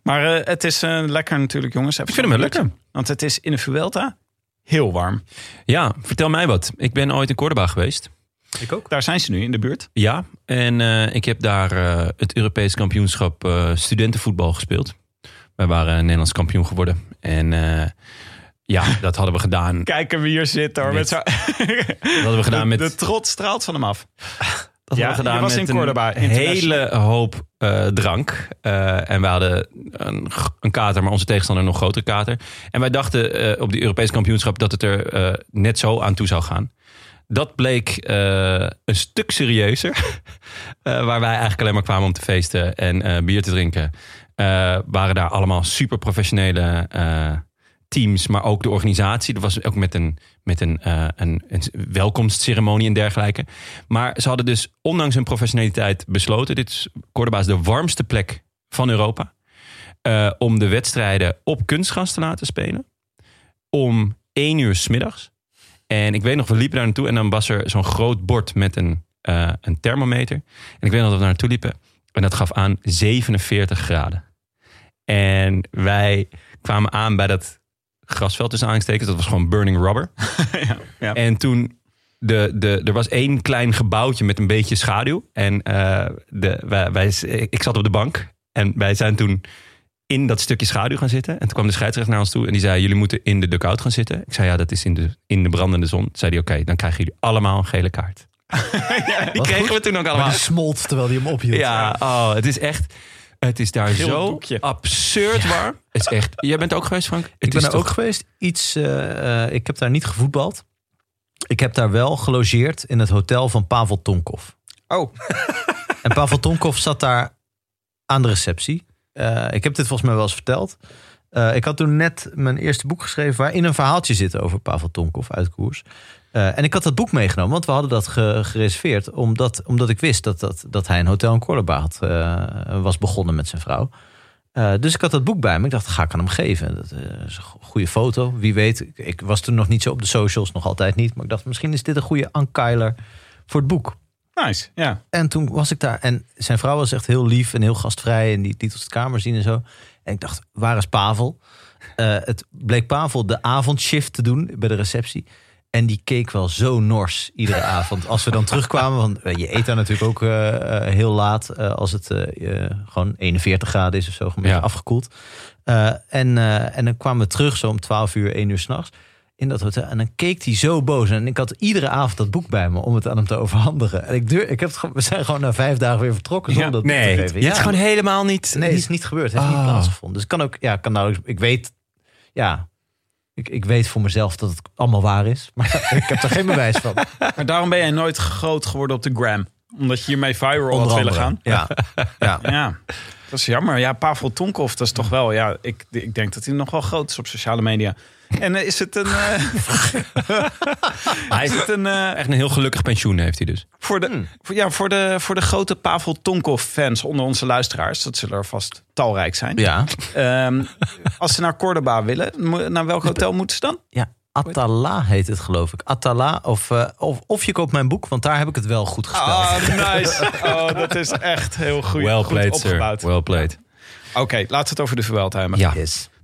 Speaker 2: Maar eh, het is eh, lekker natuurlijk, jongens. Ik
Speaker 1: vind hem wel lekker.
Speaker 2: Want het is in de Vuelta heel warm.
Speaker 1: ja, vertel mij wat. Ik ben ooit in Cordoba geweest.
Speaker 2: Ik ook. Daar zijn ze nu in de buurt.
Speaker 1: Ja, en eh, ik heb daar eh, het Europees kampioenschap eh, studentenvoetbal gespeeld. Wij waren Nederlands kampioen geworden. En eh, ja, dat hadden we gedaan.
Speaker 2: Kijken wie hier zit, hoor. Met
Speaker 1: Met-
Speaker 2: zo...
Speaker 1: Dat hadden we gedaan
Speaker 2: de,
Speaker 1: met,
Speaker 2: de trots straalt van hem af.
Speaker 1: dat
Speaker 2: ja,
Speaker 1: hadden we gedaan
Speaker 2: je was
Speaker 1: met
Speaker 2: in Cordoba,
Speaker 1: een
Speaker 2: international.
Speaker 1: hele hoop eh, drank. Eh, en we hadden een, g- een kater, maar onze tegenstander een nog grotere kater. En wij dachten eh, op die Europees kampioenschap dat het er eh, net zo aan toe zou gaan. Dat bleek eh, een stuk serieuzer. Eh, waar wij eigenlijk alleen maar kwamen om te feesten en eh, bier te drinken. Eh, waren daar allemaal super professionele eh, teams, maar ook de organisatie. Dat was ook met een, met een, eh, een, een welkomstceremonie en dergelijke. Maar ze hadden dus ondanks hun professionaliteit besloten. Dit is Cordoba is de warmste plek van Europa. eh, om de wedstrijden op kunstgras te laten spelen. Om één uur smiddags. En ik weet nog, we liepen daar naartoe. En dan was er zo'n groot bord met een, eh, een thermometer. En ik weet nog dat we daar naartoe liepen. En dat gaf aan 47 graden. En wij kwamen aan bij dat grasveld tussen aanstekens. Dat was gewoon burning rubber.
Speaker 2: ja.
Speaker 1: En toen, de, de, er was één klein gebouwtje met een beetje schaduw. En eh, de, wij, wij, ik zat op de bank. En wij zijn toen in dat stukje schaduw gaan zitten. En toen kwam de scheidsrechter naar ons toe en die zei... jullie moeten in de dugout gaan zitten. Ik zei, ja, dat is in de, in de brandende zon. Toen zei hij, oké, dan krijgen jullie allemaal een gele kaart. die kregen we toen ook allemaal.
Speaker 3: maar die smolt terwijl die hem ophield.
Speaker 1: Ja, oh, het is echt. Het is daar
Speaker 2: Geel
Speaker 1: zo
Speaker 2: doekje.
Speaker 1: absurd warm. Het is echt. Jij bent er ook geweest, Frank? Het
Speaker 3: Ik ben
Speaker 1: is
Speaker 3: daar ook geweest. Iets, eh, eh, ik heb daar niet gevoetbald. Ik heb daar wel gelogeerd in het hotel van Pavel Tonkov.
Speaker 2: Oh.
Speaker 3: En Pavel Tonkov zat daar aan de receptie. Eh, ik heb dit volgens mij wel eens verteld. Eh, ik had toen net mijn eerste boek geschreven... waarin een verhaaltje zit over Pavel Tonkov uit koers. Eh, en ik had dat boek meegenomen, want we hadden dat ge- gereserveerd... omdat, omdat ik wist dat, dat, dat hij een hotel in Cordoba had, eh, was begonnen met zijn vrouw. Eh, dus ik had dat boek bij me. Ik dacht, ga ik aan hem geven. Dat eh, is een go- goede foto. Wie weet. Ik, ik was toen nog niet zo op de socials, nog altijd niet. Maar ik dacht, misschien is dit een goede ankeiler voor het boek.
Speaker 2: Nice, ja.
Speaker 3: En toen was ik daar. En zijn vrouw was echt heel lief en heel gastvrij. En die liet ons de kamer zien en zo. En ik dacht, waar is Pavel? Eh, het bleek Pavel de avondshift te doen bij de receptie. En die keek wel zo nors iedere avond. Als we dan terugkwamen, want eh, je eet daar natuurlijk ook eh, eh, heel laat. eh, als het eh, eh, gewoon 41 graden is of zo, gewoon een beetje
Speaker 1: Ja.
Speaker 3: afgekoeld. Eh, en, eh, en dan kwamen we terug zo om 12 uur, 1 uur s'nachts. In dat hotel. En dan keek hij zo boos. En ik had iedere avond dat boek bij me om het aan hem te overhandigen. En ik duur, ik heb het, gewoon- we zijn gewoon na vijf dagen weer vertrokken zonder dat boek
Speaker 1: Nee,
Speaker 3: te
Speaker 1: het
Speaker 3: geven.
Speaker 1: is gewoon helemaal niet.
Speaker 3: Nee, het is niet gebeurd. Het heeft niet
Speaker 1: Ah.
Speaker 3: plaatsgevonden. Dus het kan ook, ja, kan nauwelijks. Ik weet, ja, ik, ik weet voor mezelf dat het allemaal waar is. Maar ik heb er geen bewijs van.
Speaker 2: Maar daarom ben jij nooit groot geworden op de gram. Omdat je hiermee viral
Speaker 3: Onder
Speaker 2: had willen
Speaker 3: andere.
Speaker 2: gaan.
Speaker 3: Ja. ja.
Speaker 2: Ja, dat is jammer. Ja, Pavel Tonkov, dat is toch wel... Ja, ik, ik denk dat hij nog wel groot is op sociale media. En eh, is het een... hij is het een... eh,
Speaker 1: Echt een heel gelukkig pensioen heeft hij dus.
Speaker 2: voor, de, voor, ja, voor, de, voor de grote Pavel Tonkov-fans onder onze luisteraars... dat zullen er vast talrijk zijn.
Speaker 3: Ja.
Speaker 2: Ehm, als ze naar Cordoba willen, mo- naar welk hotel moeten ze dan?
Speaker 3: ja. Atala heet het, geloof ik. Atala. Of, eh, of, of je koopt mijn boek, want daar heb ik het wel goed gespeld.
Speaker 2: Oh, nice. Oh, dat is echt heel goed,
Speaker 1: well
Speaker 2: goed
Speaker 1: played,
Speaker 2: opgebouwd.
Speaker 1: sir. Well played.
Speaker 2: Oké, laten we het over de Vuelta hebben.
Speaker 3: Ja.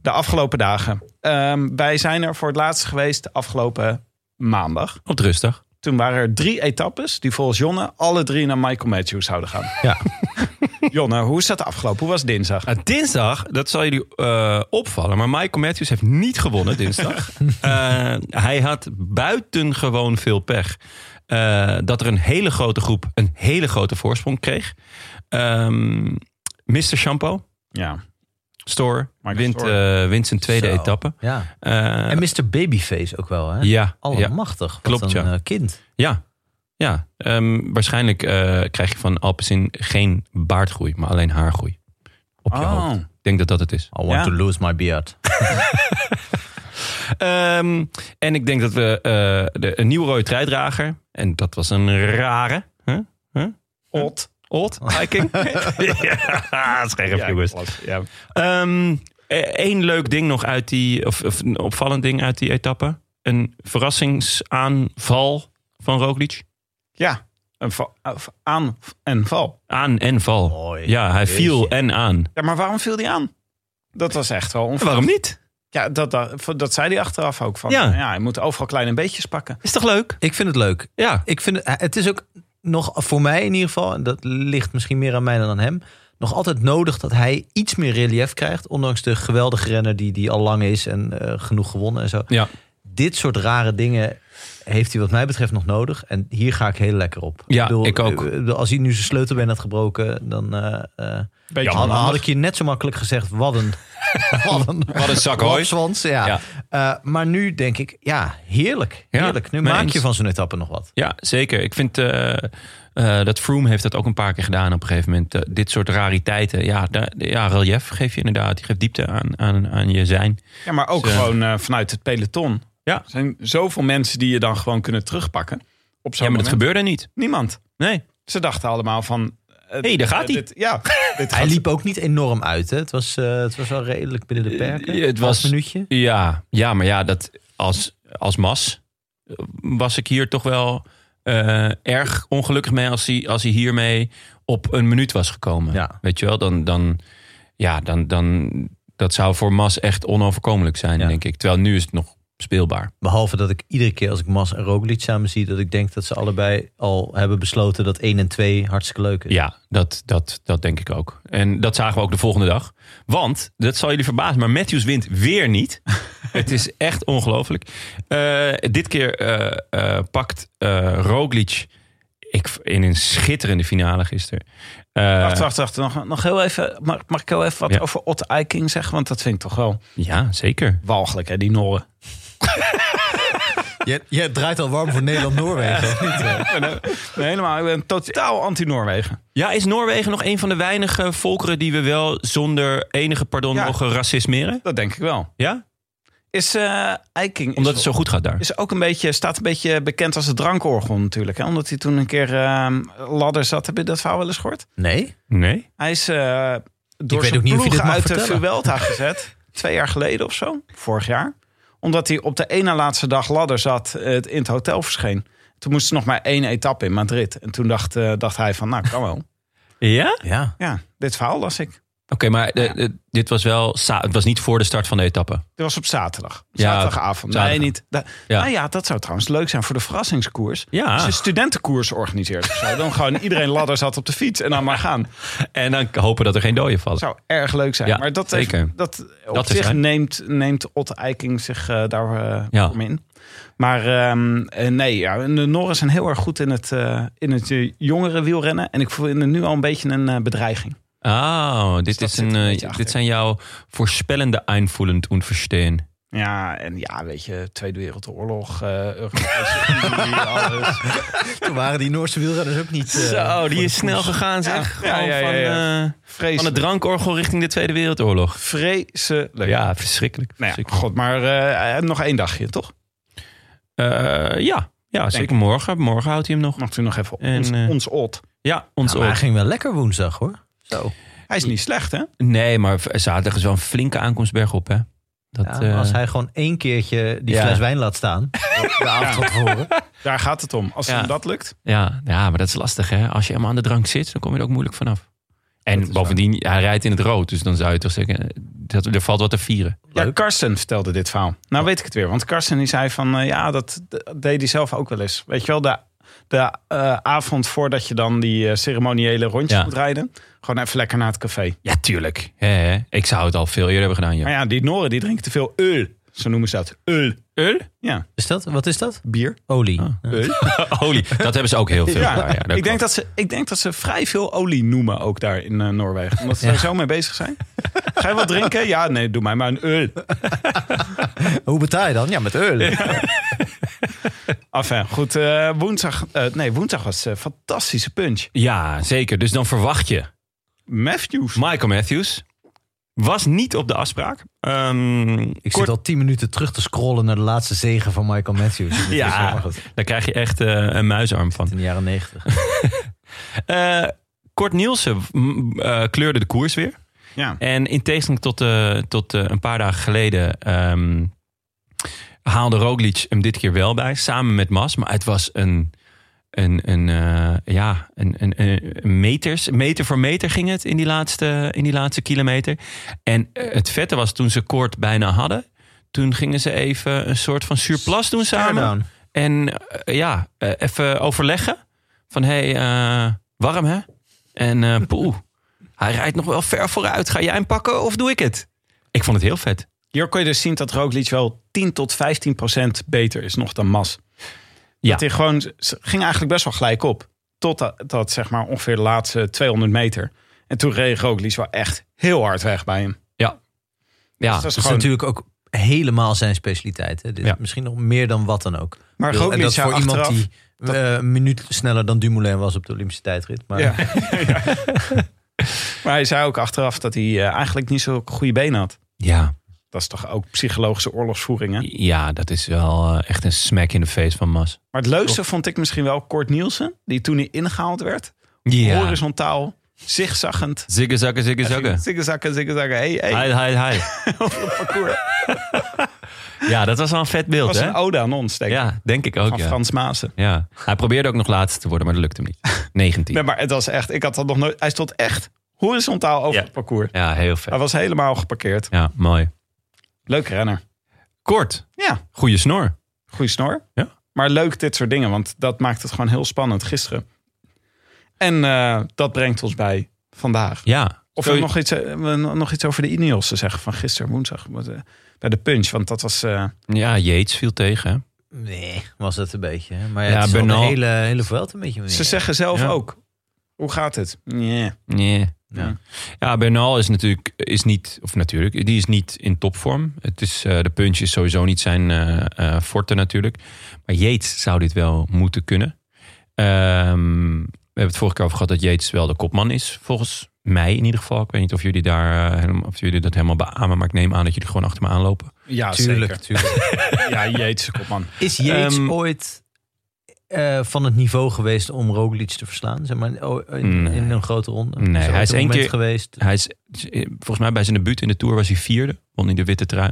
Speaker 2: De afgelopen dagen. Ehm, wij zijn er voor het laatst geweest de afgelopen maandag.
Speaker 1: Op de rustdag.
Speaker 2: Toen waren er drie etappes die volgens Jonne alle drie naar Michael Matthews zouden gaan.
Speaker 3: Ja.
Speaker 2: Jonne, hoe is dat afgelopen? Hoe was dinsdag?
Speaker 1: Nou, dinsdag, dat zal jullie eh, opvallen, maar Michael Matthews heeft niet gewonnen dinsdag. Eh, hij had buitengewoon veel pech. eh, dat er een hele grote groep een hele grote voorsprong kreeg. Ehm Mr. Shampoo,
Speaker 2: Ja.
Speaker 1: Store,
Speaker 2: Michael
Speaker 1: wint,
Speaker 2: Store.
Speaker 1: eh, wint zijn tweede
Speaker 3: Zo.
Speaker 1: etappe.
Speaker 3: Ja.
Speaker 1: Eh,
Speaker 3: En Mr. Babyface ook wel, hè?
Speaker 1: ja, ja,
Speaker 3: Allemachtig. Wat
Speaker 1: Klopt,
Speaker 3: een
Speaker 1: ja.
Speaker 3: eh, kind.
Speaker 1: Ja, ja. Ehm, waarschijnlijk eh, krijg je van Alpecin geen baardgroei, maar alleen haargroei. Op je
Speaker 2: Oh.
Speaker 1: hoofd. Ik denk dat dat het is.
Speaker 3: I want
Speaker 2: Ja.
Speaker 3: to lose my beard.
Speaker 1: Ehm, en ik denk dat we eh, de, een nieuwe rode truidrager. En dat was een rare. Huh? Huh? Old. Old Viking. ja, scherp jongens.
Speaker 2: Ja.
Speaker 1: Eén leuk ding nog uit die, of, of een opvallend ding uit die etappe. Een verrassingsaanval van Roglic.
Speaker 2: ja. Een va- aan en val.
Speaker 1: Aan en val.
Speaker 3: Mooi.
Speaker 1: Ja, hij viel
Speaker 3: Jeetje.
Speaker 1: en aan.
Speaker 2: Ja, maar waarom viel die aan? Dat was echt wel onver...
Speaker 1: Waarom niet?
Speaker 2: Ja, dat, dat, dat zei hij achteraf ook van.
Speaker 1: Ja.
Speaker 2: Ja. hij moet overal kleine beetjes pakken.
Speaker 1: Is toch leuk?
Speaker 3: Ik vind het leuk.
Speaker 1: Ja.
Speaker 3: Ik vind het, eh, het is ook nog voor mij in ieder geval, en dat ligt misschien meer aan mij dan aan hem, nog altijd nodig dat hij iets meer relief krijgt. Ondanks de geweldige renner die, die al lang is en eh, genoeg gewonnen en zo.
Speaker 1: Ja.
Speaker 3: Dit soort rare dingen heeft hij wat mij betreft nog nodig. En hier ga ik heel lekker op.
Speaker 1: Ja, ik ook.
Speaker 3: eh, Als hij nu zijn sleutelbeen had gebroken, dan eh, eh,
Speaker 2: Beetje
Speaker 3: had,
Speaker 2: handig.
Speaker 3: had ik je net zo makkelijk gezegd, wat een... Wat een,
Speaker 1: Wat een zak hooi.
Speaker 3: Zwans, ja.
Speaker 1: Ja.
Speaker 3: Eh, maar nu denk ik, ja, heerlijk.
Speaker 1: Ja,
Speaker 3: Heerlijk. nu
Speaker 1: mee
Speaker 3: maak
Speaker 1: eens.
Speaker 3: je van zo'n etappe nog wat.
Speaker 1: Ja, zeker. Ik vind eh, eh, dat Froome heeft dat ook een paar keer gedaan op een gegeven moment. Eh, dit soort rariteiten. Ja, daar- ja, relief geef je inderdaad. Je geeft diepte aan, aan, aan je zijn.
Speaker 2: Ja, maar ook
Speaker 1: Dus, eh,
Speaker 2: gewoon eh, vanuit het peloton.
Speaker 1: Ja.
Speaker 2: Er zijn zoveel mensen die je dan gewoon kunnen terugpakken. Op
Speaker 1: Ja,
Speaker 2: zo'n
Speaker 1: maar dat
Speaker 2: moment.
Speaker 1: gebeurde niet.
Speaker 2: Niemand.
Speaker 1: Nee.
Speaker 2: Ze dachten allemaal van... Hé,
Speaker 1: hey, daar gaat-ie.
Speaker 2: Ja, dit
Speaker 3: Hij
Speaker 2: gaat-
Speaker 3: liep ook niet enorm uit. Hè? Het, was, eh, het was wel redelijk binnen de perken.
Speaker 1: Eh, het was-
Speaker 3: Half minuutje.
Speaker 1: Ja, ja maar ja, dat als, als mas eh, was ik hier toch wel eh, erg ongelukkig mee als hij, als hij hiermee op een minuut was gekomen.
Speaker 3: Ja.
Speaker 1: Weet je wel, dan, dan, ja, dan, dan dat zou voor mas echt onoverkomelijk zijn,
Speaker 3: Ja.
Speaker 1: denk ik. Terwijl nu is het nog speelbaar.
Speaker 3: Behalve dat ik iedere keer als ik Mas en Roglic samen zie... dat ik denk dat ze allebei al hebben besloten dat 1 en 2 hartstikke leuk is.
Speaker 1: Ja, dat, dat, dat denk ik ook. En dat zagen we ook de volgende dag. Want, dat zal jullie verbazen, maar Matthews wint weer niet. Het is echt ongelooflijk. Eh, dit keer eh, eh, pakt eh, Roglic ik, in een schitterende finale gisteren. Eh,
Speaker 2: Wacht, wacht, wacht. Nog, nog heel even... Mag, mag ik heel even wat
Speaker 1: Ja.
Speaker 2: over Ott Eiking zeggen? Want dat vind ik toch wel
Speaker 1: Ja, zeker.
Speaker 2: walgelijk, hè, die Norren.
Speaker 3: Jij, draait al warm voor Nederland-Noorwegen.
Speaker 2: Nee, helemaal. Ik ben totaal anti-Noorwegen.
Speaker 1: Ja, is Noorwegen nog een van de weinige volkeren die we wel zonder enige pardon
Speaker 2: Ja.
Speaker 1: mogen racismeren?
Speaker 2: Dat denk ik wel.
Speaker 1: Ja?
Speaker 2: Is eh, Eiking...
Speaker 1: Omdat het
Speaker 2: is,
Speaker 1: zo goed gaat daar.
Speaker 2: Is ook een beetje, staat een beetje bekend als het drankorgel natuurlijk. Hè? Omdat hij toen een keer ehm, ladder zat. Heb je dat verhaal wel eens gehoord?
Speaker 3: Nee?
Speaker 1: Nee?
Speaker 2: Hij is eh, door
Speaker 3: weet
Speaker 2: zijn
Speaker 3: ook niet of je dit
Speaker 2: ploegen
Speaker 3: mag
Speaker 2: uit de
Speaker 3: vertellen.
Speaker 2: Vuelta gezet. twee jaar geleden of zo. Vorig jaar. Omdat hij op de ene laatste dag ladder zat eh, in het hotel verscheen. Toen moest er nog maar één etappe in Madrid. En toen dacht, eh, dacht hij van, nou kan wel.
Speaker 1: Ja?
Speaker 3: Ja.
Speaker 2: Ja, dit verhaal las ik.
Speaker 1: Oké, maar eh, eh, dit was wel... sa- Het was niet voor de start van de etappe.
Speaker 2: Dit was op zaterdag.
Speaker 1: Ja,
Speaker 2: Zaterdagavond.
Speaker 1: zaterdag.
Speaker 2: Nee, niet. Da-
Speaker 3: Ah.
Speaker 1: Ja.
Speaker 2: Nou ja, dat zou trouwens leuk zijn voor de verrassingskoers.
Speaker 1: Ja.
Speaker 3: Ah.
Speaker 2: Als je studentenkoers organiseert of zo. Dan gewoon iedereen ladder zat op de fiets en dan maar gaan.
Speaker 1: En dan hopen dat er geen doden vallen.
Speaker 2: zou erg leuk zijn.
Speaker 1: Ja,
Speaker 2: maar dat,
Speaker 1: zeker.
Speaker 2: dat op
Speaker 1: Dat is
Speaker 2: zich
Speaker 1: hij.
Speaker 2: neemt, neemt Ott Eiking zich eh, daar eh
Speaker 1: Ja.
Speaker 2: om in. Maar ehm, eh, nee, ja, en de Norren zijn heel erg goed in het, eh, in het eh, jongere wielrennen. En ik voel in het nu al een beetje een eh, bedreiging.
Speaker 1: Oh, dit,
Speaker 2: Dus dat
Speaker 1: is
Speaker 2: zit
Speaker 1: een,
Speaker 2: er een
Speaker 1: eh,
Speaker 2: beetje achter.
Speaker 1: dit zijn jouw voorspellende einvoelend und verstehen.
Speaker 2: Ja, en ja, weet je, Tweede Wereldoorlog, eh Europese Unie, alles. eh,
Speaker 3: Toen waren die Noorse wielrenners ook niet... eh,
Speaker 1: Zo,
Speaker 3: voor
Speaker 1: die
Speaker 3: de
Speaker 1: is snel
Speaker 3: poes.
Speaker 1: gegaan zeg.
Speaker 2: Ja,
Speaker 1: Gewoon
Speaker 2: ja, ja,
Speaker 1: van,
Speaker 2: ja.
Speaker 1: eh,
Speaker 2: Vreselijk.
Speaker 1: van het drankorgel richting de Tweede Wereldoorlog.
Speaker 2: Vreselijk.
Speaker 1: Ja, verschrikkelijk.
Speaker 2: eh, Nou ja,
Speaker 1: verschrikkelijk.
Speaker 2: god, maar eh, eh, nog één dagje, toch?
Speaker 1: Eh, ja. ja, zeker morgen. Morgen houdt hij hem nog.
Speaker 2: Mag u nog even
Speaker 1: En,
Speaker 2: ons,
Speaker 1: eh,
Speaker 2: ons odd.
Speaker 1: Ja, ons
Speaker 3: Maar hij
Speaker 1: oog.
Speaker 3: ging wel lekker woensdag hoor. Zo.
Speaker 2: Hij is niet slecht, hè?
Speaker 1: Nee, maar v- zaterdag is wel een flinke aankomstberg op, hè? Dat,
Speaker 3: Ja,
Speaker 1: eh,
Speaker 3: maar als hij gewoon één keertje die
Speaker 1: ja.
Speaker 3: fles wijn laat staan. De avond van tevoren.
Speaker 2: Daar gaat het om. Als
Speaker 1: Ja.
Speaker 2: hem dat lukt.
Speaker 1: ja, ja, maar dat is lastig, hè? Als je helemaal aan de drank zit, dan kom je er ook moeilijk vanaf. En bovendien, hij rijdt in het rood, dus dan zou je toch zeggen, eh, dat, er valt wat te vieren.
Speaker 2: Ja, Karsten vertelde dit verhaal. Nou weet ik het weer. Want Karsten die zei van, eh, ja, dat, dat deed hij zelf ook wel eens. Weet je wel, de, de eh, avond voordat je dan die eh, ceremoniële rondjes
Speaker 1: Ja.
Speaker 2: moet rijden. Gewoon even lekker naar het café.
Speaker 1: Ja, tuurlijk. Hè, hè? Ik zou het al veel eerder hebben gedaan,
Speaker 2: Maar
Speaker 1: ja.
Speaker 2: ja, die Noren die drinken te veel öl. Zo noemen ze dat. Öl.
Speaker 1: Öl?
Speaker 2: Ja,
Speaker 3: Is dat, wat is dat?
Speaker 2: bier.
Speaker 3: Olie.
Speaker 2: Öl.
Speaker 1: Olie, dat hebben ze ook heel veel.
Speaker 2: Ja,
Speaker 1: daar, ja, dat
Speaker 2: ik, denk
Speaker 1: klopt.
Speaker 2: dat ze, ik denk dat ze vrij veel olie noemen ook daar in eh, Noorwegen. Omdat ze daar zo mee bezig zijn. Ga je wat drinken? Ja, nee, doe mij maar een öl.
Speaker 3: Hoe betaal je dan? Ja, met öl.
Speaker 2: Enfin, goed. eh, woensdag, eh, nee, woensdag was een fantastische punch.
Speaker 1: Ja, zeker. Dus dan verwacht je
Speaker 2: Matthews.
Speaker 1: Michael Matthews was niet op de afspraak. Ehm,
Speaker 3: Ik
Speaker 1: kort-
Speaker 3: zit al tien minuten terug te scrollen naar de laatste zegen van Michael Matthews. Dat is
Speaker 1: Ja.
Speaker 3: wel goed.
Speaker 1: Daar krijg je echt eh, een muisarm van.
Speaker 3: In de jaren negentig.
Speaker 1: Eh Kort Nielsen mm, eh, kleurde de koers weer.
Speaker 2: Ja.
Speaker 1: En in tegenstelling tot, eh, tot eh, een paar dagen geleden... ehm, haalde Roglic hem dit keer wel bij. Samen met Mas. Maar het was een... Een, een, eh, ja, een, een, een- een meters, meter voor meter ging het in die laatste, in die laatste kilometer. En eh, het vette was toen ze kort bijna hadden. Toen gingen ze even een soort van surplus doen samen.
Speaker 3: Down.
Speaker 1: En eh, ja, eh, even overleggen. Van hé, hey, eh, warm hè? En eh poeh, hij rijdt nog wel ver vooruit. Ga jij hem pakken of doe ik het? Ik vond het heel vet.
Speaker 2: Hier kon je dus zien dat Roglic wel 10 tot 15 procent beter is nog dan Mas.
Speaker 1: Ja.
Speaker 2: Dat hij gewoon, ze ging eigenlijk best wel gelijk op. Totdat dat, zeg maar ongeveer de laatste 200 meter. En toen reed Roglic wel echt heel hard weg bij hem.
Speaker 1: Ja,
Speaker 2: Dus dat is
Speaker 3: Dat is
Speaker 2: gewoon,
Speaker 3: natuurlijk ook helemaal zijn specialiteit. Hè? Dit is
Speaker 1: Ja.
Speaker 3: Misschien nog meer dan wat dan ook.
Speaker 2: maar
Speaker 3: Ik bedoel, en
Speaker 2: Roglic
Speaker 3: dat is
Speaker 2: zou
Speaker 3: voor iemand
Speaker 2: achteraf...
Speaker 3: die eh, een minuut sneller dan Dumoulin was op de Olympische tijdrit. Maar
Speaker 2: Ja. Maar hij zei ook achteraf dat hij eh, eigenlijk niet zo goede benen had.
Speaker 1: ja,
Speaker 2: Dat is toch ook psychologische oorlogsvoering, hè?
Speaker 1: ja, dat is wel eh, echt een smack in de face van Mas.
Speaker 2: Maar het leukste vond ik misschien wel Kort Nielsen. Die toen hij ingehaald werd.
Speaker 1: Ja,
Speaker 2: Horizontaal, zigzaggend.
Speaker 1: ziggezakken, ziggezakken.
Speaker 2: Zigzaggen, zigzaggen. Hey, hey.
Speaker 1: Hi, hi, hi.
Speaker 2: parcours.
Speaker 1: Ja, dat was wel een vet beeld,
Speaker 2: Dat was
Speaker 1: hè?
Speaker 2: een ode aan ons, denk ik.
Speaker 1: Ja, denk ik ook,
Speaker 2: van
Speaker 1: ja.
Speaker 2: Frans Maassen.
Speaker 1: ja. Hij probeerde ook nog laatste te worden, maar dat lukte hem niet. 19.
Speaker 2: Nee, maar het was echt. Ik had dat nog nooit. Hij stond echt horizontaal over
Speaker 1: Ja.
Speaker 2: het parcours.
Speaker 1: Ja, heel vet.
Speaker 2: Hij was helemaal geparkeerd.
Speaker 1: Ja, mooi.
Speaker 2: Leuk renner.
Speaker 1: Kort,
Speaker 2: Ja,
Speaker 1: goede snor.
Speaker 2: goede snor.
Speaker 1: Ja.
Speaker 2: Maar leuk dit soort dingen, want dat maakt het gewoon heel spannend gisteren. En eh, dat brengt ons bij vandaag.
Speaker 1: Ja.
Speaker 2: Of
Speaker 1: Zo-
Speaker 2: we nog iets, eh, we nog iets over de Ineos te zeggen van gisteren woensdag. want, eh, Bij de punch, want dat was... eh,
Speaker 1: Ja, Yates viel tegen. hè?
Speaker 3: nee, was dat een beetje. hè? Maar ja,
Speaker 1: Ja,
Speaker 3: het is wel
Speaker 1: Bernal-
Speaker 3: de hele, hele veld een beetje.
Speaker 2: Ze zeggen zelf
Speaker 1: Ja.
Speaker 2: ook, hoe gaat het? Nee.
Speaker 1: Nee.
Speaker 2: Ja.
Speaker 1: Ja. ja, Bernal is natuurlijk is niet, of natuurlijk, die is niet in topvorm. Het is, eh, de punch is sowieso niet zijn eh, eh, forte natuurlijk. Maar Yates zou dit wel moeten kunnen. Ehm, we hebben het vorige keer over gehad dat Yates wel de kopman is, volgens mij in ieder geval. Ik weet niet of jullie, daar, eh, helemaal, of jullie dat helemaal beamen, maar ik neem aan dat jullie gewoon achter me aanlopen.
Speaker 2: Ja,
Speaker 3: Tuurlijk,
Speaker 2: zeker.
Speaker 3: tuurlijk.
Speaker 2: Ja, jeetje, kom man.
Speaker 3: Is Yates
Speaker 1: Ehm,
Speaker 3: ooit eh, van het niveau geweest om Roglic te verslaan? Zeg maar, oh, in,
Speaker 1: Nee.
Speaker 3: in een grote ronde?
Speaker 1: Nee,
Speaker 3: er
Speaker 1: hij is
Speaker 3: ooit een
Speaker 1: één
Speaker 3: moment
Speaker 1: keer-
Speaker 3: geweest.
Speaker 1: Hij is, volgens mij bij zijn debuut in de Tour was hij vierde. Won in de witte trui.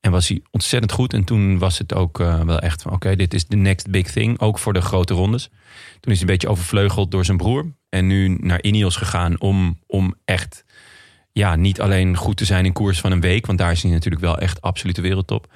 Speaker 1: En was hij ontzettend goed. En toen was het ook eh, wel echt van... Oké, dit is de next big thing. Ook voor de grote rondes. Toen is hij een beetje overvleugeld door zijn broer. En nu naar Ineos gegaan om, om echt... Ja, niet alleen goed te zijn in koers van een week. Want daar is hij natuurlijk wel echt absolute wereldtop.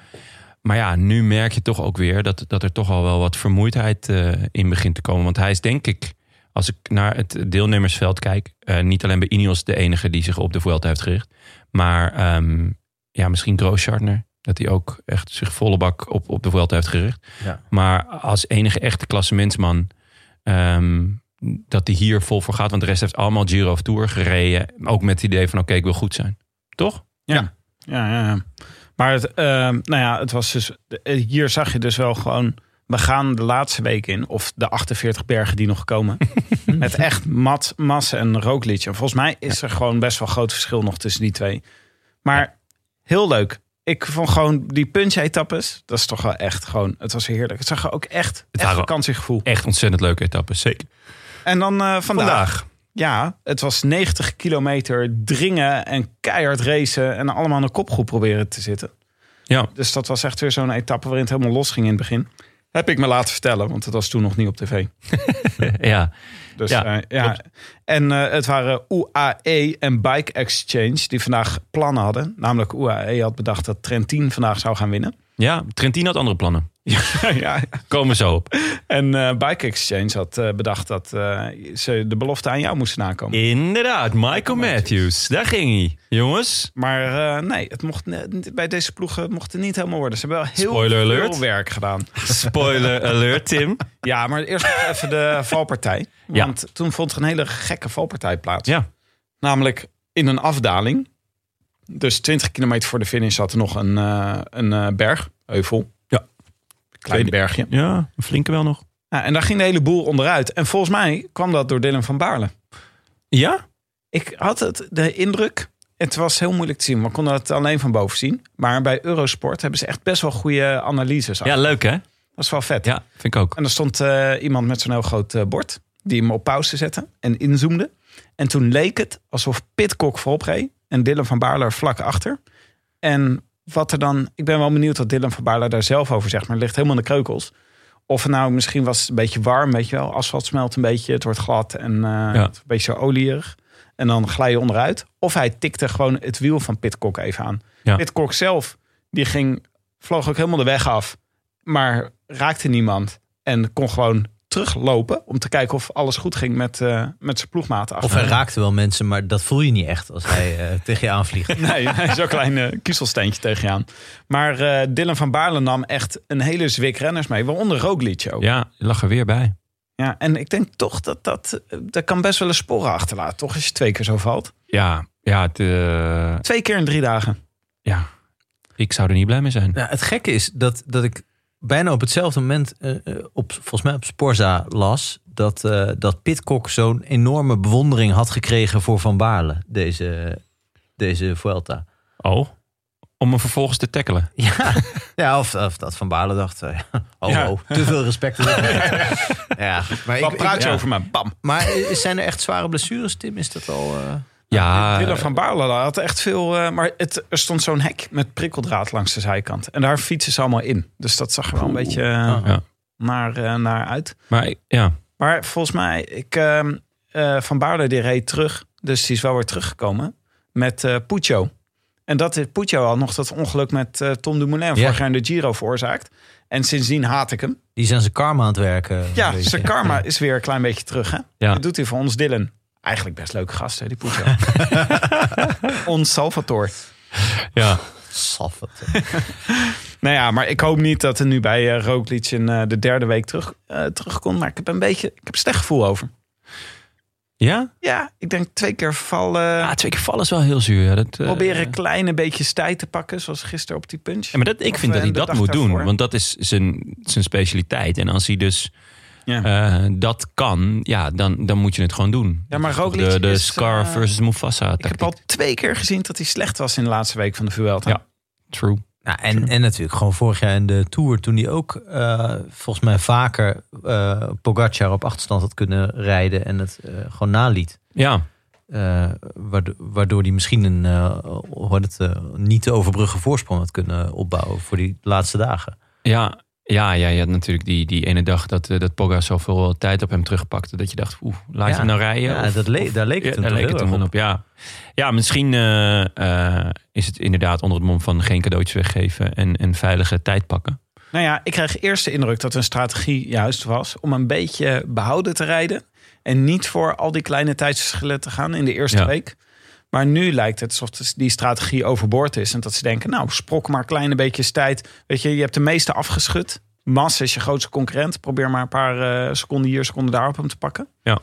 Speaker 1: Maar ja, nu merk je toch ook weer dat, dat er toch al wel wat vermoeidheid eh, in begint te komen. Want hij is denk ik, als ik naar het deelnemersveld kijk, eh, niet alleen bij Ineos de enige die zich op de Vuelta heeft gericht. Maar ehm, ja, misschien Grooschartner. Dat hij ook echt zich volle bak op, op de Vuelta heeft gericht.
Speaker 3: Ja.
Speaker 1: Maar als enige echte klassementsman, ehm, dat hij hier vol voor gaat. Want de rest heeft allemaal Giro of Tour gereden. Ook met het idee van oké, ik wil goed zijn. Toch?
Speaker 2: Ja, ja, ja. Maar het, eh, nou ja, het was dus, eh, hier zag je dus wel gewoon... We gaan de laatste week in, of de 48 bergen die nog komen. met echt mat, massa en rookliedje. En volgens mij is er gewoon best wel groot verschil nog tussen die twee. Maar heel leuk. Ik vond gewoon die punch-etappes, dat is toch wel echt gewoon... Het was heerlijk. Het zag er ook echt, echt
Speaker 1: waren-
Speaker 2: vakantiegevoel.
Speaker 1: Echt ontzettend leuke etappe, zeker.
Speaker 2: En dan eh, vandaag.
Speaker 1: Vandaag.
Speaker 2: Ja, het was 90 kilometer dringen en keihard racen. En allemaal in een kopgroep proberen te zitten.
Speaker 1: Ja.
Speaker 2: Dus dat was echt weer zo'n etappe waarin het helemaal los ging in het begin. Heb ik me laten vertellen, want het was toen nog niet op tv.
Speaker 1: ja.
Speaker 2: Dus,
Speaker 1: Ja,
Speaker 2: ja, ja. En eh, het waren UAE en Bike Exchange die vandaag plannen hadden. Namelijk UAE had bedacht dat Trentin vandaag zou gaan winnen.
Speaker 1: ja, Trentin had andere plannen.
Speaker 2: ja, ja.
Speaker 1: Komen we zo op.
Speaker 2: En eh, Bike Exchange had eh, bedacht dat eh, ze de belofte aan jou moesten nakomen.
Speaker 1: Inderdaad, Michael Matthews. Daar ging hij. Jongens,
Speaker 2: Maar eh, nee, het mocht, net- bij deze ploegen mocht het niet helemaal worden. Ze hebben wel heel
Speaker 1: Spoiler
Speaker 2: veel
Speaker 1: alert.
Speaker 2: werk gedaan.
Speaker 1: spoiler alert, Tim.
Speaker 2: Ja, maar eerst nog even de valpartij.
Speaker 1: Ja.
Speaker 2: Want toen vond er een hele gekke valpartij plaats.
Speaker 1: Ja.
Speaker 2: Namelijk in een afdaling. Dus 20 kilometer voor de finish zat er nog een, eh, een eh, berg, heuvel.
Speaker 1: Ja.
Speaker 2: Klein
Speaker 1: Tweede-
Speaker 2: bergje.
Speaker 1: Ja, een flinke wel nog.
Speaker 2: Ja, en daar ging de hele boel onderuit. En volgens mij kwam dat door Dylan van Baarle.
Speaker 1: Ja?
Speaker 2: Ik had het, de indruk, het was heel moeilijk te zien. We konden het alleen van boven zien. Maar bij Eurosport hebben ze echt best wel goede analyses.
Speaker 1: Ja, leuk hè?
Speaker 2: Dat is wel vet.
Speaker 1: Ja, vind ik ook.
Speaker 2: En er stond eh, iemand met zo'n heel groot eh, bord. Die hem op pauze zette en inzoomde. En toen leek het alsof Pitcock voorop reed. En Dylan van Baarler vlak achter. En wat er dan... Ik ben wel benieuwd wat Dylan van Baarler daar zelf over zegt. Maar het ligt helemaal in de kreukels. Of het nou misschien was het een beetje warm, weet je wel. Asfalt smelt een beetje, het wordt glad en eh, het is een beetje zo olierig. En dan glij je onderuit. Of hij tikte gewoon het wiel van Pitcock even aan.
Speaker 1: Ja.
Speaker 2: Pitcock zelf, die ging, vloog ook helemaal de weg af. Maar raakte niemand. En kon gewoon teruglopen om te kijken of alles goed ging met, eh, met zijn ploegmaten.
Speaker 3: Of
Speaker 2: achter
Speaker 3: hij
Speaker 2: hem.
Speaker 3: raakte wel mensen, maar dat voel je niet echt als hij eh, tegen je aanvliegt.
Speaker 2: Nee, hij is zo'n klein eh, kiezelsteentje tegen je aan. Maar eh, Dylan van Baarle nam echt een hele zwik renners mee. Waaronder Roglic ook.
Speaker 1: Ja, lag er weer bij.
Speaker 2: Ja, en ik denk toch dat dat, eh, dat kan best wel een sporen achterlaten, toch? Als je twee keer zo valt.
Speaker 1: Ja, ja, het, eh,
Speaker 2: Twee keer in drie dagen.
Speaker 1: ja. ik zou er niet blij mee zijn.
Speaker 3: Nou, het gekke is dat, dat ik bijna op hetzelfde moment, eh, eh, op, volgens mij op Sporza las, dat, eh dat Pitcock zo'n enorme bewondering had gekregen voor Van Baarle, deze, deze Vuelta.
Speaker 1: Oh, om hem vervolgens te tackelen.
Speaker 3: Ja, ja of, of dat Van Baarle dacht, eh, oh,
Speaker 2: Ja.
Speaker 3: oh, te veel respect. ja, maar,
Speaker 2: Wat
Speaker 3: ik-
Speaker 2: praat
Speaker 3: ik-
Speaker 2: je
Speaker 3: ja.
Speaker 2: over me? Bam.
Speaker 3: maar eh, zijn er echt zware blessures, Tim? Is dat al... eh?
Speaker 1: Ja,
Speaker 2: Willem van Baarle had echt veel... eh, maar het, er stond zo'n hek met prikkeldraad langs de zijkant. En daar fietsen ze allemaal in. Dus dat zag er wel een beetje eh,
Speaker 3: Ah.
Speaker 1: ja.
Speaker 2: naar, eh, naar uit.
Speaker 1: maar ik- ja.
Speaker 2: Maar volgens mij, ik, ehm, eh, Van Baarle die reed terug. Dus die is wel weer teruggekomen met eh Puccio. En dat is Puccio al nog dat ongeluk met eh, Tom Dumoulin vorig jaar in de Giro veroorzaakt. En sindsdien haat ik hem.
Speaker 3: Die zijn zijn karma aan het werken. een
Speaker 2: Ja,
Speaker 3: beetje.
Speaker 2: zijn karma is weer een klein beetje terug. Hè?
Speaker 1: Ja.
Speaker 2: Dat doet hij voor ons Dylan. Eigenlijk best leuke gast, hè, die Puccio. ons Salvatore.
Speaker 1: ja.
Speaker 3: Saffet.
Speaker 2: Nou ja, maar ik hoop niet dat er nu bij eh Roglic in eh, de derde week terug, eh, terugkomt. Maar ik heb een beetje, ik heb een slecht gevoel over.
Speaker 1: Ja?
Speaker 2: Ja, ik denk twee keer vallen.
Speaker 1: Ja, Ah, twee keer vallen is wel heel zuur. Ja, dat, eh,
Speaker 2: Proberen kleine beetjes tijd te pakken, zoals gisteren op die punch.
Speaker 1: ja, maar dat, ik
Speaker 2: Of,
Speaker 1: vind dat
Speaker 2: eh,
Speaker 1: hij
Speaker 2: de
Speaker 1: dat
Speaker 2: dag
Speaker 1: moet doen,
Speaker 2: daarvoor.
Speaker 1: want dat is zijn, zijn specialiteit. En als hij dus
Speaker 2: ja.
Speaker 1: eh, dat kan, ja, dan, dan moet je het gewoon doen.
Speaker 2: Ja, maar
Speaker 1: Dat is toch
Speaker 2: Roglic
Speaker 1: De, de
Speaker 2: is,
Speaker 1: Scar
Speaker 2: eh,
Speaker 1: versus Mufasa
Speaker 2: ik heb
Speaker 1: tactiek.
Speaker 2: al twee keer gezien dat hij slecht was in de laatste week van de Vuelta.
Speaker 1: Ja. True.
Speaker 3: Nou, en, en natuurlijk gewoon vorig jaar in de Tour, toen hij ook eh, volgens mij vaker eh Pogacar op achterstand had kunnen rijden en het eh, gewoon naliet.
Speaker 1: Ja,
Speaker 3: Eh, waardoor, waardoor hij misschien een eh, hoe heet het, eh, niet te overbruggen voorsprong had kunnen opbouwen voor die laatste dagen.
Speaker 1: Ja, ja, ja, ja natuurlijk die, die ene dag dat, eh, dat Pogga zoveel tijd op hem terugpakte. Dat je dacht, oeh, laat je
Speaker 3: Ja.
Speaker 1: hem nou rijden?
Speaker 3: Ja, dat le- daar leek het
Speaker 1: ja,
Speaker 3: hem
Speaker 1: daar leek
Speaker 3: toch heel
Speaker 1: het
Speaker 3: erg
Speaker 1: hem op. Ja. ja, misschien eh, eh, is het inderdaad onder het mom van geen cadeautjes weggeven en, en veilige tijd pakken.
Speaker 2: Nou ja, ik kreeg eerst de indruk dat een strategie juist was om een beetje behouden te rijden. En niet voor al die kleine tijdsverschillen te gaan in de eerste
Speaker 1: Ja.
Speaker 2: week. Maar nu lijkt het alsof die strategie overboord is. En dat ze denken, nou, sprok maar kleine beetjes tijd. Weet je, je hebt de meeste afgeschud. Mas is je grootste concurrent. Probeer maar een paar eh, seconden hier, seconden daar op hem te pakken.
Speaker 1: Ja,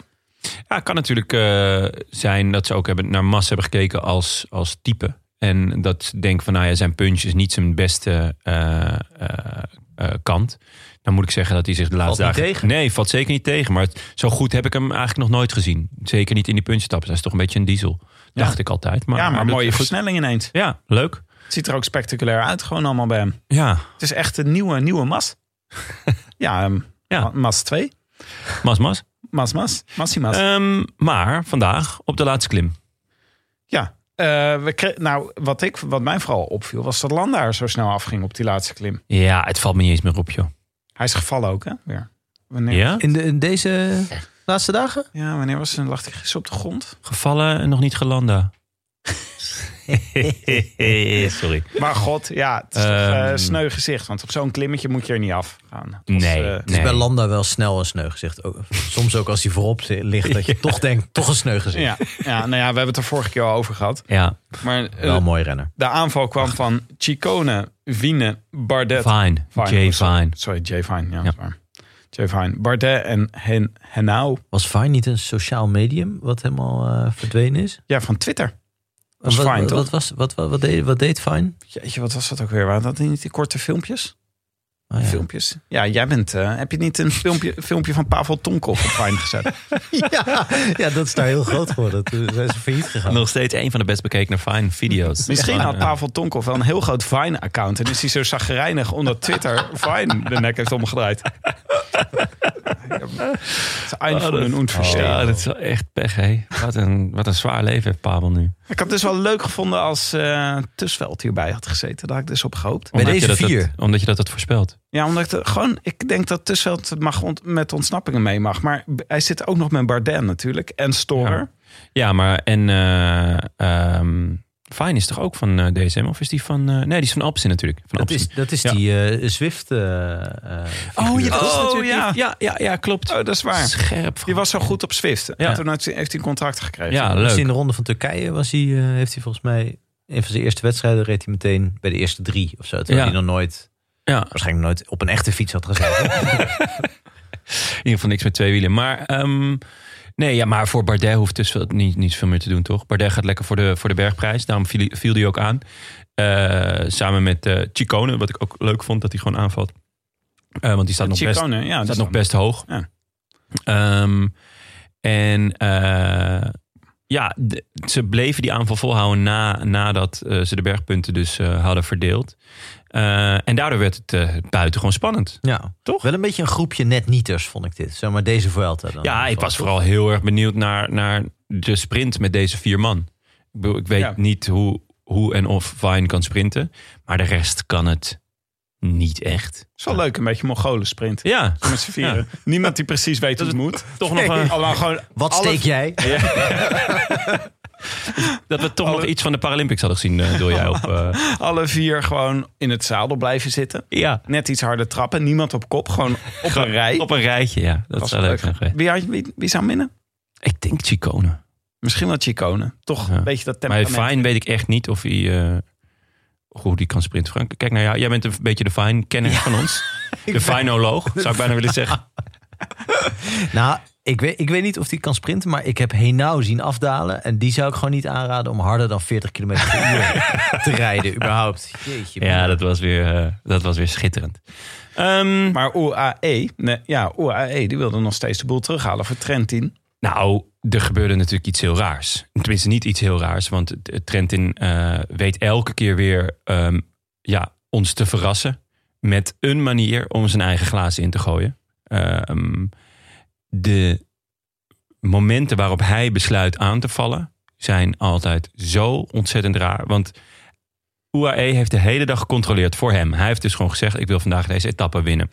Speaker 1: het kan natuurlijk eh, zijn dat ze ook hebben, naar Mas hebben gekeken als, als type. En dat denk van, nou ja, zijn punch is niet zijn beste eh, eh, eh, kant. Dan moet ik zeggen dat hij zich de laatste
Speaker 3: Valt niet
Speaker 1: dagen...
Speaker 3: tegen.
Speaker 1: Nee, valt zeker niet tegen. Maar het- zo goed heb ik hem eigenlijk nog nooit gezien. Zeker niet in die punchstappen. Dat is toch een beetje een diesel. Dacht ik altijd. Maar,
Speaker 2: ja, maar
Speaker 1: dat-
Speaker 2: mooie
Speaker 1: goed.
Speaker 2: versnelling ineens.
Speaker 1: Ja, leuk.
Speaker 2: Het ziet er ook spectaculair uit, gewoon allemaal bij hem.
Speaker 1: Ja,
Speaker 2: Het is echt een nieuwe, nieuwe Mas. ja, ehm,
Speaker 1: Ja.
Speaker 2: Ma- Mas 2.
Speaker 1: mas mas.
Speaker 2: Mas Mas. Massie Mas.
Speaker 1: Ehm, maar vandaag op de laatste klim.
Speaker 2: ja. Eh, we kre- nou, wat, ik, wat mij vooral opviel was dat Landaar zo snel afging op die laatste klim.
Speaker 1: Ja, het valt me niet eens meer op, joh.
Speaker 2: Hij is gevallen ook, hè? Weer. Wanneer,
Speaker 1: Ja?
Speaker 3: In, de, in deze laatste dagen?
Speaker 2: Ja, wanneer was het? Lag hij gisteren op de grond?
Speaker 1: Gevallen en nog niet gelanda. Sorry.
Speaker 2: Maar god, ja, het is toch
Speaker 1: Ehm.
Speaker 2: eh, sneu gezicht. Want op zo'n klimmetje moet je er niet af gaan.
Speaker 1: Nee,
Speaker 2: eh,
Speaker 3: Het is
Speaker 1: nee.
Speaker 3: bij Landa wel snel een sneu gezicht. Ook- Soms ook als hij voorop zi- ligt, dat je toch denkt, toch een sneu gezicht.
Speaker 2: Ja, ja, nou ja, we hebben het er vorige keer al over gehad.
Speaker 1: Ja,
Speaker 2: Maar eh,
Speaker 3: Wel een mooi renner.
Speaker 2: de aanval kwam van Chicone, Wiene, Bardet.
Speaker 1: fine. Jay
Speaker 2: sorry.
Speaker 1: Fine.
Speaker 2: Sorry, Jay Fine. Ja,
Speaker 1: Ja.
Speaker 2: dat is waar. Jay Fine. Bardet en Hen Henao.
Speaker 3: Was Vine niet een sociaal medium wat helemaal eh, verdwenen is?
Speaker 2: Ja, van Twitter. Was
Speaker 3: wat,
Speaker 2: Vine,
Speaker 3: wat,
Speaker 2: toch?
Speaker 3: wat was, wat, wat, wat, deed, wat deed Vine?
Speaker 2: Jeetje, wat was dat ook weer? Waren dat niet die korte filmpjes?
Speaker 3: Ah, ja.
Speaker 2: Filmpjes. Ja, jij bent... eh, heb je niet een filmpje, filmpje van Pavel Tonkov op Fine gezet?
Speaker 3: Ja, ja, dat is daar heel groot geworden. Toen zijn ze failliet gegaan.
Speaker 1: Nog steeds een van de best bekeken Fine video's.
Speaker 2: Misschien
Speaker 1: Ja.
Speaker 2: had Pavel Tonkov wel een heel groot Vine-account. En is hij zo zagrijnig omdat Twitter Vine de nek heeft omgedraaid. Het is
Speaker 1: Oh, dat-
Speaker 2: eindig en onverstehen.
Speaker 1: Ja, dat is wel echt pech, hè. Wat een, wat een zwaar leven heeft Pavel nu.
Speaker 2: Ik had het dus wel leuk gevonden als eh Tussveld hierbij had gezeten. Daar had ik dus op gehoopt.
Speaker 3: Bij
Speaker 1: je
Speaker 3: deze
Speaker 1: dat, dat-
Speaker 3: vier.
Speaker 1: omdat je dat het voorspelt.
Speaker 2: Ja, omdat ik de- gewoon, ik denk dat Tussveld het mag ont- met ontsnappingen mee mag. Maar b- hij zit ook nog met Bardet natuurlijk. En Storer.
Speaker 1: Ja, maar en... eh, ehm, Fine is toch ook van eh, DSM? Of is die van... eh, nee, die is van Alpsin natuurlijk. Van
Speaker 3: Dat is,
Speaker 1: Alpsin.
Speaker 3: dat is
Speaker 1: Ja.
Speaker 3: die eh, Zwift. eh eh,
Speaker 1: Oh, ja, dat is
Speaker 2: Oh,
Speaker 1: natuurlijk...
Speaker 2: ja.
Speaker 1: Ja, ja, ja, klopt.
Speaker 2: Oh, dat is waar.
Speaker 1: Scherp.
Speaker 2: Die was zo goed op Swift.
Speaker 1: Ja.
Speaker 2: En toen had- heeft hij een contract gekregen.
Speaker 1: Ja,
Speaker 3: was hij
Speaker 1: Ah, leuk.
Speaker 3: in de ronde van Turkije was hij, eh, heeft hij volgens mij. Een van zijn eerste wedstrijden reed hij meteen bij de eerste drie of zo. Terwijl
Speaker 1: Ja.
Speaker 3: hij nog nooit,
Speaker 1: Ja.
Speaker 3: waarschijnlijk nooit op een echte fiets had gezeten.
Speaker 1: In ieder geval niks met twee wielen. Maar, ehm, nee, ja, maar voor Bardet hoeft dus wel niet, niet veel meer te doen, toch? Bardet gaat lekker voor de, voor de bergprijs. Daarom viel, viel die ook aan. Eh, samen met eh Chicone, wat ik ook leuk vond dat hij gewoon aanvalt. Eh, want die staat nog best,
Speaker 2: Chicone, ja.
Speaker 1: staat
Speaker 2: dat
Speaker 1: nog best hoog.
Speaker 2: Ja.
Speaker 1: Ehm, en eh, ja, de- ze bleven die aanval volhouden na, nadat eh, ze de bergpunten dus eh, hadden verdeeld. Eh, en daardoor werd het buiten buitengewoon spannend.
Speaker 3: ja,
Speaker 1: Toch?
Speaker 3: Wel een beetje een groepje net-nieters vond ik dit. Zo, maar deze Vuelta dan.
Speaker 1: Ja, ik was vooral heel erg benieuwd naar, naar de sprint met deze vier man. Ik, bedoel, ik weet
Speaker 2: Ja.
Speaker 1: niet hoe, hoe en of Vine kan sprinten. Maar de rest kan het niet echt.
Speaker 2: is wel leuk, een beetje Mongolen sprint.
Speaker 1: Ja,
Speaker 2: Met z'n vieren.
Speaker 1: Ja.
Speaker 2: Niemand die precies weet hoe het moet.
Speaker 1: toch nog eh, een-
Speaker 2: Allemaal gewoon
Speaker 3: Wat
Speaker 2: alle-
Speaker 3: steek jij?
Speaker 1: dat we toch nog iets van de Paralympics hadden gezien, eh, wil jij op. eh,
Speaker 2: alle vier gewoon in het zadel blijven zitten.
Speaker 1: ja,
Speaker 2: Net iets harder trappen. Niemand op kop. Gewoon op een rij.
Speaker 1: op een rijtje, ja. Dat
Speaker 2: was
Speaker 1: zou
Speaker 2: wel
Speaker 1: leuk zijn geweest.
Speaker 2: Wie, had- wie, wie zou minnen?
Speaker 1: Ik denk Chicone.
Speaker 2: Misschien wel Chicone. Toch
Speaker 1: Ja.
Speaker 2: een beetje dat
Speaker 1: Maar
Speaker 2: temperament.
Speaker 1: Fine weet ik echt niet of hij. eh, hoe die kan sprinten, Frank. Kijk naar jou. Jij bent een beetje de Fine-kenner van ons. De Finoloog, zou ik bijna willen zeggen.
Speaker 3: Nou, ik weet, ik weet niet of die kan sprinten, maar ik heb Henao zien afdalen. En die zou ik gewoon niet aanraden om harder dan 40 km per uur te rijden, überhaupt. Jeetje.
Speaker 1: Ja, dat was weer, eh, dat was weer schitterend. Ehm,
Speaker 2: Maar UAE, nee, ja, E. UAE, die wilde nog steeds de boel terughalen voor Trentin.
Speaker 1: Nou, er gebeurde natuurlijk iets heel raars. Tenminste, niet iets heel raars. Want het- het Trentin eh, weet elke keer weer ehm, ja, ons te verrassen. Met een manier om zijn eigen glazen in te gooien. Ehm, de momenten waarop hij besluit aan te vallen... zijn altijd zo ontzettend raar. Want UAE heeft de hele dag gecontroleerd voor hem. Hij heeft dus gewoon gezegd... ik wil vandaag deze etappe winnen.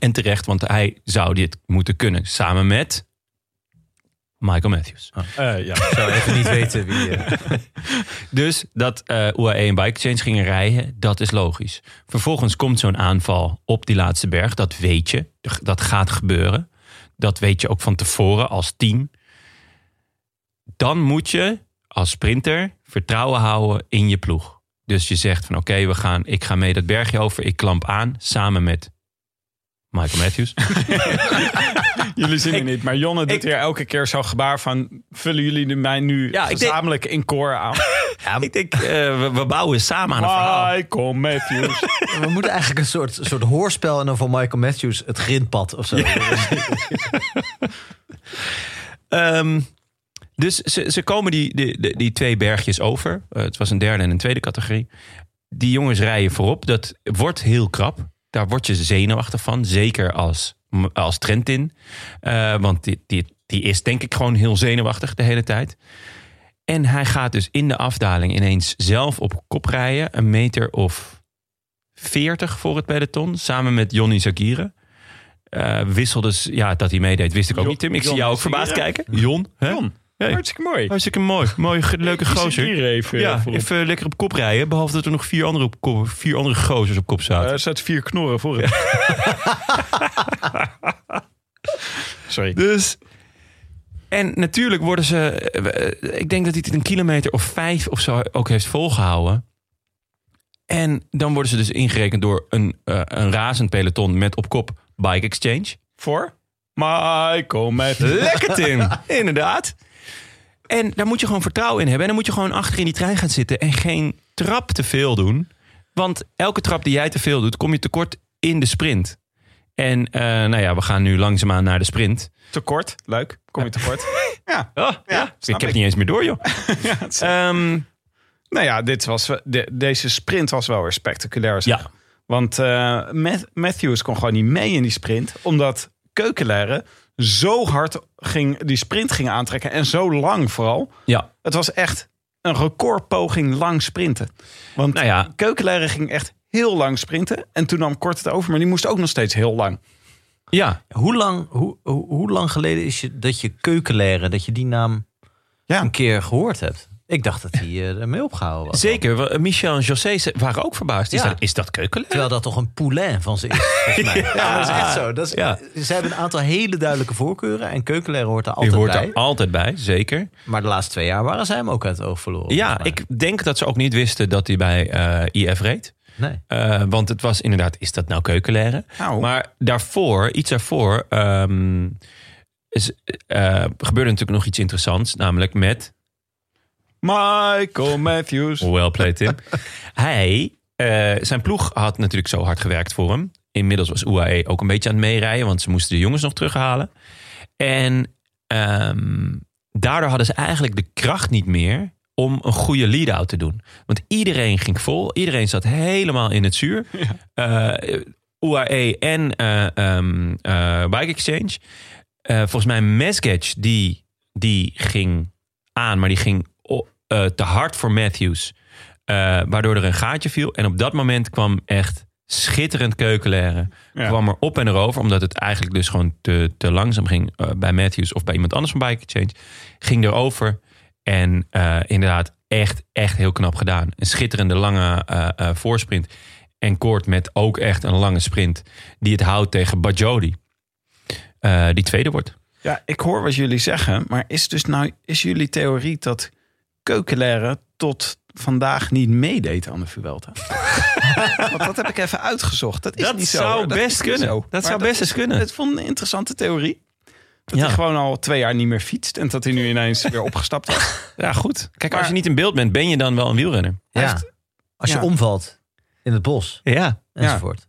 Speaker 1: En terecht, want hij zou dit moeten kunnen. Samen met... Michael Matthews.
Speaker 2: ja.
Speaker 3: Ah. Eh, Ik zou even niet weten wie. eh,
Speaker 1: Dus dat eh UAE en Bike Exchange gingen rijden, dat is logisch. Vervolgens komt zo'n aanval op die laatste berg. Dat weet je. Dat gaat gebeuren. Dat weet je ook van tevoren als team. Dan moet je als sprinter vertrouwen houden in je ploeg. Dus je zegt van oké, we gaan, ik ga mee dat bergje over. Ik klamp aan samen met Michael Matthews.
Speaker 2: Jullie zien het niet, maar Jonne doet hier elke keer zo'n gebaar van... vullen jullie mij nu
Speaker 1: Ja, ik denk-
Speaker 2: gezamenlijk in koor aan?
Speaker 1: Ik denk, eh, we, we bouwen samen aan een verhaal.
Speaker 2: Michael Matthews.
Speaker 3: We moeten eigenlijk een soort, soort hoorspel en dan van Michael Matthews het grindpad of zo.
Speaker 1: Ehm, dus ze, ze komen die, die, die- die twee bergjes over. Eh, het was een derde en een tweede categorie. Die jongens rijden voorop. Dat wordt heel krap. Daar word je zenuwachtig van. Zeker als, als Trentin. Eh, want die, die, die is denk ik gewoon heel zenuwachtig de hele tijd. En hij gaat dus in de afdaling ineens zelf op kop rijden. Een meter of 40 voor het peloton. Samen met Johnny Zagire. Eh wissel dus, ja, dat hij meedeed, wist ik ook
Speaker 2: Jo-
Speaker 1: niet, Tim. Ik
Speaker 2: Jon
Speaker 1: zie jou ook
Speaker 2: Zagire.
Speaker 1: verbaasd kijken. Jon, hè?
Speaker 2: Jon,
Speaker 1: Hey.
Speaker 2: hartstikke mooi.
Speaker 1: Hartstikke mooi. Mooi, ge- leuke
Speaker 2: Die zit
Speaker 1: gozer.
Speaker 2: hier even,
Speaker 1: ja,
Speaker 2: eh, voorop.
Speaker 1: even lekker op kop rijden. Behalve dat er nog vier andere, op kop- vier andere gozers op kop zaten.
Speaker 2: Eh, Er zaten vier knorren voor hem. Sorry.
Speaker 1: Dus. En natuurlijk worden ze. eh, Ik denk dat hij het een kilometer of vijf of zo ook heeft volgehouden. En dan worden ze dus ingerekend door een, eh, een razend peloton met op kop Bike Exchange.
Speaker 2: Voor? Michael Matthews.
Speaker 1: Lekker Tim, inderdaad. En daar moet je gewoon vertrouwen in hebben. En dan moet je gewoon achter in die trein gaan zitten en geen trap te veel doen. Want elke trap die jij te veel doet, kom je tekort in de sprint. En eh, nou ja, we gaan nu langzaamaan naar de sprint.
Speaker 2: Tekort, leuk. Kom je tekort? ja.
Speaker 1: Oh, ja, ik heb
Speaker 2: snap
Speaker 1: het
Speaker 2: ik.
Speaker 1: niet eens meer door, joh.
Speaker 2: ja het is-
Speaker 1: Ehm,
Speaker 2: Nou ja, dit was, we- de- deze sprint was wel weer spectaculair. zeg.
Speaker 1: Ja.
Speaker 2: Want eh, Math- Matthews kon gewoon niet mee in die sprint. Omdat Keukenleren zo hard ging, die sprint ging aantrekken. En zo lang vooral.
Speaker 1: ja,
Speaker 2: Het was echt een recordpoging lang sprinten. Want
Speaker 1: nou ja,
Speaker 2: Keukenleren ging echt heel lang sprinten. En toen nam Kort het over. Maar die moest ook nog steeds heel lang.
Speaker 1: ja.
Speaker 3: hoe, lang, hoe, hoe, hoe lang geleden is je, dat je keukenleren, dat je die naam
Speaker 2: Ja.
Speaker 3: een keer gehoord hebt? Ik dacht dat hij eh, ermee opgehouden was.
Speaker 1: zeker. we- Michel en José ze- waren ook verbaasd. Is,
Speaker 3: Ja.
Speaker 1: dat, is dat keukenlijk?
Speaker 3: Terwijl dat toch een poulain van ze is, volgens mij. Ja, dat is echt zo. Dat is,
Speaker 1: Ja.
Speaker 3: Ze hebben een aantal hele duidelijke voorkeuren. En keukenleren hoort er
Speaker 1: Je
Speaker 3: altijd
Speaker 1: hoort
Speaker 3: bij.
Speaker 1: er altijd bij, zeker.
Speaker 3: Maar de laatste twee jaar waren ze hem ook uit het oog verloren.
Speaker 1: Ja,
Speaker 3: volgens mij.
Speaker 1: ik denk dat ze ook niet wisten dat hij bij eh, IF reed.
Speaker 3: Nee.
Speaker 1: Eh, want het was inderdaad, is dat nou keukenleren?
Speaker 2: Nou.
Speaker 1: Maar daarvoor, iets daarvoor, ehm, is, eh, gebeurde natuurlijk nog iets interessants. Namelijk met,
Speaker 2: Michael Matthews.
Speaker 1: well played Tim. Hij, eh, zijn ploeg had natuurlijk zo hard gewerkt voor hem. Inmiddels was UAE ook een beetje aan het meerijden. Want ze moesten de jongens nog terughalen. En ehm, daardoor hadden ze eigenlijk de kracht niet meer om een goede lead-out te doen. Want iedereen ging vol. Iedereen zat helemaal in het zuur. Eh, UAE en eh, ehm, eh, Bike Exchange. Eh, volgens mij Mesgage, die, die ging aan, maar die ging o- eh, te hard voor Matthews. Eh, waardoor er een gaatje viel. En op dat moment kwam echt schitterend keukenleren.
Speaker 2: Ja.
Speaker 1: Kwam er op en erover. Omdat het eigenlijk dus gewoon te, te langzaam ging eh, bij Matthews of bij iemand anders van Bike Exchange. Ging erover. En eh, inderdaad, echt, echt heel knap gedaan. Een schitterende lange eh, eh, voorsprint. En Koort met ook echt een lange sprint. Die het houdt tegen Bajodi. Eh, die tweede wordt.
Speaker 2: Ja, ik hoor wat jullie zeggen, maar is dus nou is jullie theorie dat Keukenleren tot vandaag niet meedeed aan de Vuelta? Want dat heb ik even uitgezocht. Dat is
Speaker 1: Dat
Speaker 2: niet zo.
Speaker 1: zou
Speaker 2: hoor. Dat
Speaker 1: best
Speaker 2: is niet
Speaker 1: kunnen.
Speaker 2: zo.
Speaker 1: Dat
Speaker 2: Maar
Speaker 1: zou best eens
Speaker 2: is-
Speaker 1: kunnen.
Speaker 2: Het vond een interessante theorie. Dat
Speaker 1: Ja.
Speaker 2: hij gewoon al twee jaar niet meer fietst en dat hij nu ineens weer opgestapt was.
Speaker 1: Ja, goed. Kijk, als
Speaker 2: Maar-
Speaker 1: je niet in beeld bent, ben je dan wel een wielrenner.
Speaker 3: Ja. Als je
Speaker 2: Ja.
Speaker 3: omvalt in het bos
Speaker 1: Ja.
Speaker 3: enzovoort.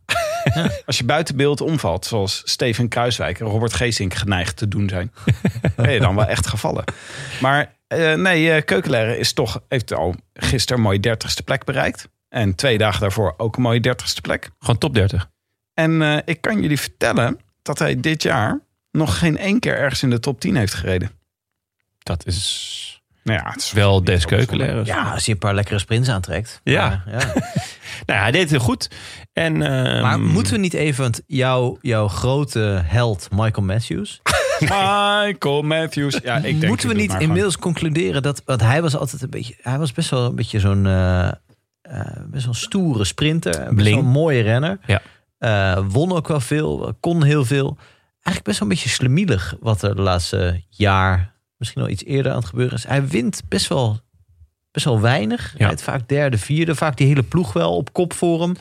Speaker 2: Als je buiten beeld omvalt, zoals Steven Kruiswijk en Robert Geesink geneigd te doen zijn, ben je dan wel echt gevallen. Maar eh, nee, eh Keukenleren is toch, heeft al gisteren een mooie dertigste plek bereikt. En twee dagen daarvoor ook een mooie dertigste plek.
Speaker 1: Gewoon top 30.
Speaker 2: En eh, ik kan jullie vertellen dat hij dit jaar nog geen één keer ergens in de top 10 heeft gereden.
Speaker 1: Dat is
Speaker 2: Nou ja, het is
Speaker 1: wel des keukenleren.
Speaker 3: Ja. als je een paar lekkere sprints aantrekt.
Speaker 1: Ja.
Speaker 3: Maar, ja.
Speaker 1: Nou, ja, hij deed het heel goed. En, ehm,
Speaker 3: maar moeten we niet even, want jouw, jouw grote held Michael Matthews.
Speaker 2: Michael Matthews. Ja, ik denk
Speaker 3: moeten we
Speaker 2: ik doe het
Speaker 3: niet
Speaker 2: maar
Speaker 3: inmiddels concluderen dat, want hij was altijd een beetje, hij was best wel een beetje zo'n, eh, eh, best wel een stoere sprinter. Best
Speaker 1: Bling.
Speaker 3: wel een mooie renner.
Speaker 1: Ja.
Speaker 3: Eh, won ook wel veel, kon heel veel. Eigenlijk best wel een beetje slemielig wat er de laatste jaar, misschien al iets eerder aan het gebeuren is. Hij wint best wel, best wel weinig. Hij rijdt vaak derde, vierde. Vaak die hele ploeg wel op kop voor hem.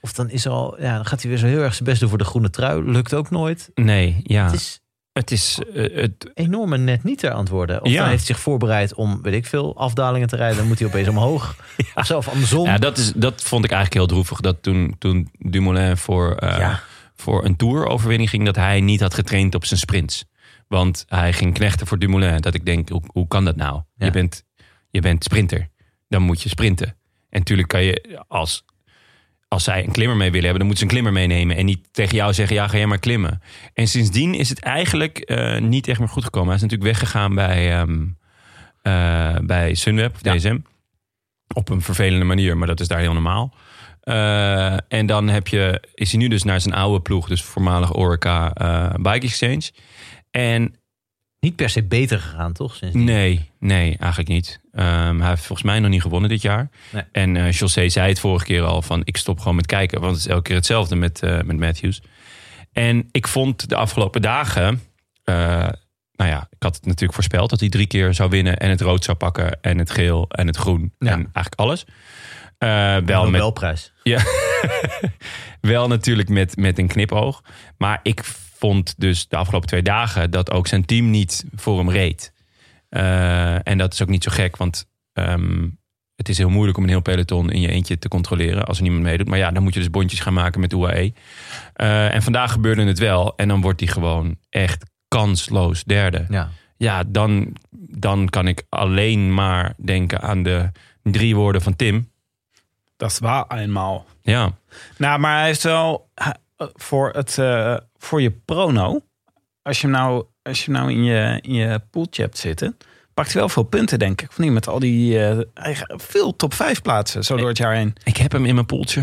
Speaker 3: Of dan, is er al, ja, dan gaat hij weer zo heel erg zijn best doen voor de groene trui. Lukt ook nooit.
Speaker 1: Nee, ja.
Speaker 3: Het is,
Speaker 1: Het is eh, het,
Speaker 3: enorme net niet ter antwoorden. Of
Speaker 1: Ja.
Speaker 3: hij heeft zich voorbereid om, weet ik veel, afdalingen te rijden. Dan moet hij opeens omhoog. Of zelf andersom.
Speaker 1: Ja, dat, is, dat vond ik eigenlijk heel droevig. Dat toen, toen Dumoulin voor, eh,
Speaker 3: Ja.
Speaker 1: voor een tour-overwinning ging, dat hij niet had getraind op zijn sprints. Want hij ging knechten voor Dumoulin. Dat ik denk, hoe, hoe kan dat nou?
Speaker 3: Ja.
Speaker 1: Je, bent, je bent sprinter. Dan moet je sprinten. En natuurlijk kan je, als, als zij een klimmer mee willen hebben, dan moeten ze een klimmer meenemen. En niet tegen jou zeggen, ja, ga jij maar klimmen. En sindsdien is het eigenlijk eh, niet echt meer goed gekomen. Hij is natuurlijk weggegaan bij, ehm, eh, bij Sunweb of DSM op een vervelende manier, maar dat is daar heel normaal. Eh, en dan heb je, is hij nu dus naar zijn oude ploeg, dus voormalig Orica eh, Bike Exchange. En
Speaker 3: Niet per se beter gegaan, toch? Sinds
Speaker 1: nee, nee, eigenlijk niet. Ehm, hij heeft volgens mij nog niet gewonnen dit jaar.
Speaker 3: Nee.
Speaker 1: En eh José zei het vorige keer al van, ik stop gewoon met kijken, want het is elke keer hetzelfde met, eh, met Matthews. En ik vond de afgelopen dagen, eh, nou ja, ik had het natuurlijk voorspeld dat hij drie keer zou winnen en het rood zou pakken en het geel en het groen
Speaker 3: Ja.
Speaker 1: en eigenlijk alles. Eh,
Speaker 3: de
Speaker 1: wel met
Speaker 3: Nobelprijs.
Speaker 1: ja, wel natuurlijk met, met een knipoog. Maar ik vond dus de afgelopen twee dagen dat ook zijn team niet voor hem reed. Eh, en dat is ook niet zo gek, want ehm, het is heel moeilijk om een heel peloton in je eentje te controleren als er niemand meedoet. Maar ja, dan moet je dus bondjes gaan maken met UAE. Eh, en vandaag gebeurde het wel en dan wordt hij gewoon echt kansloos derde
Speaker 3: Ja.
Speaker 1: ja, dan, dan kan ik alleen maar denken aan de drie woorden van Tim.
Speaker 2: Dat was eenmaal.
Speaker 1: Ja,
Speaker 2: Nou, maar hij heeft wel hij- voor, het, eh, voor je prono. Als je hem nou, als je hem nou in, je, in je poeltje hebt zitten. Pakt hij wel veel punten, denk ik. Of niet? Met al die. eh, hij gaat veel top 5 plaatsen zo door het jaar heen.
Speaker 1: ik heb hem in mijn poeltje.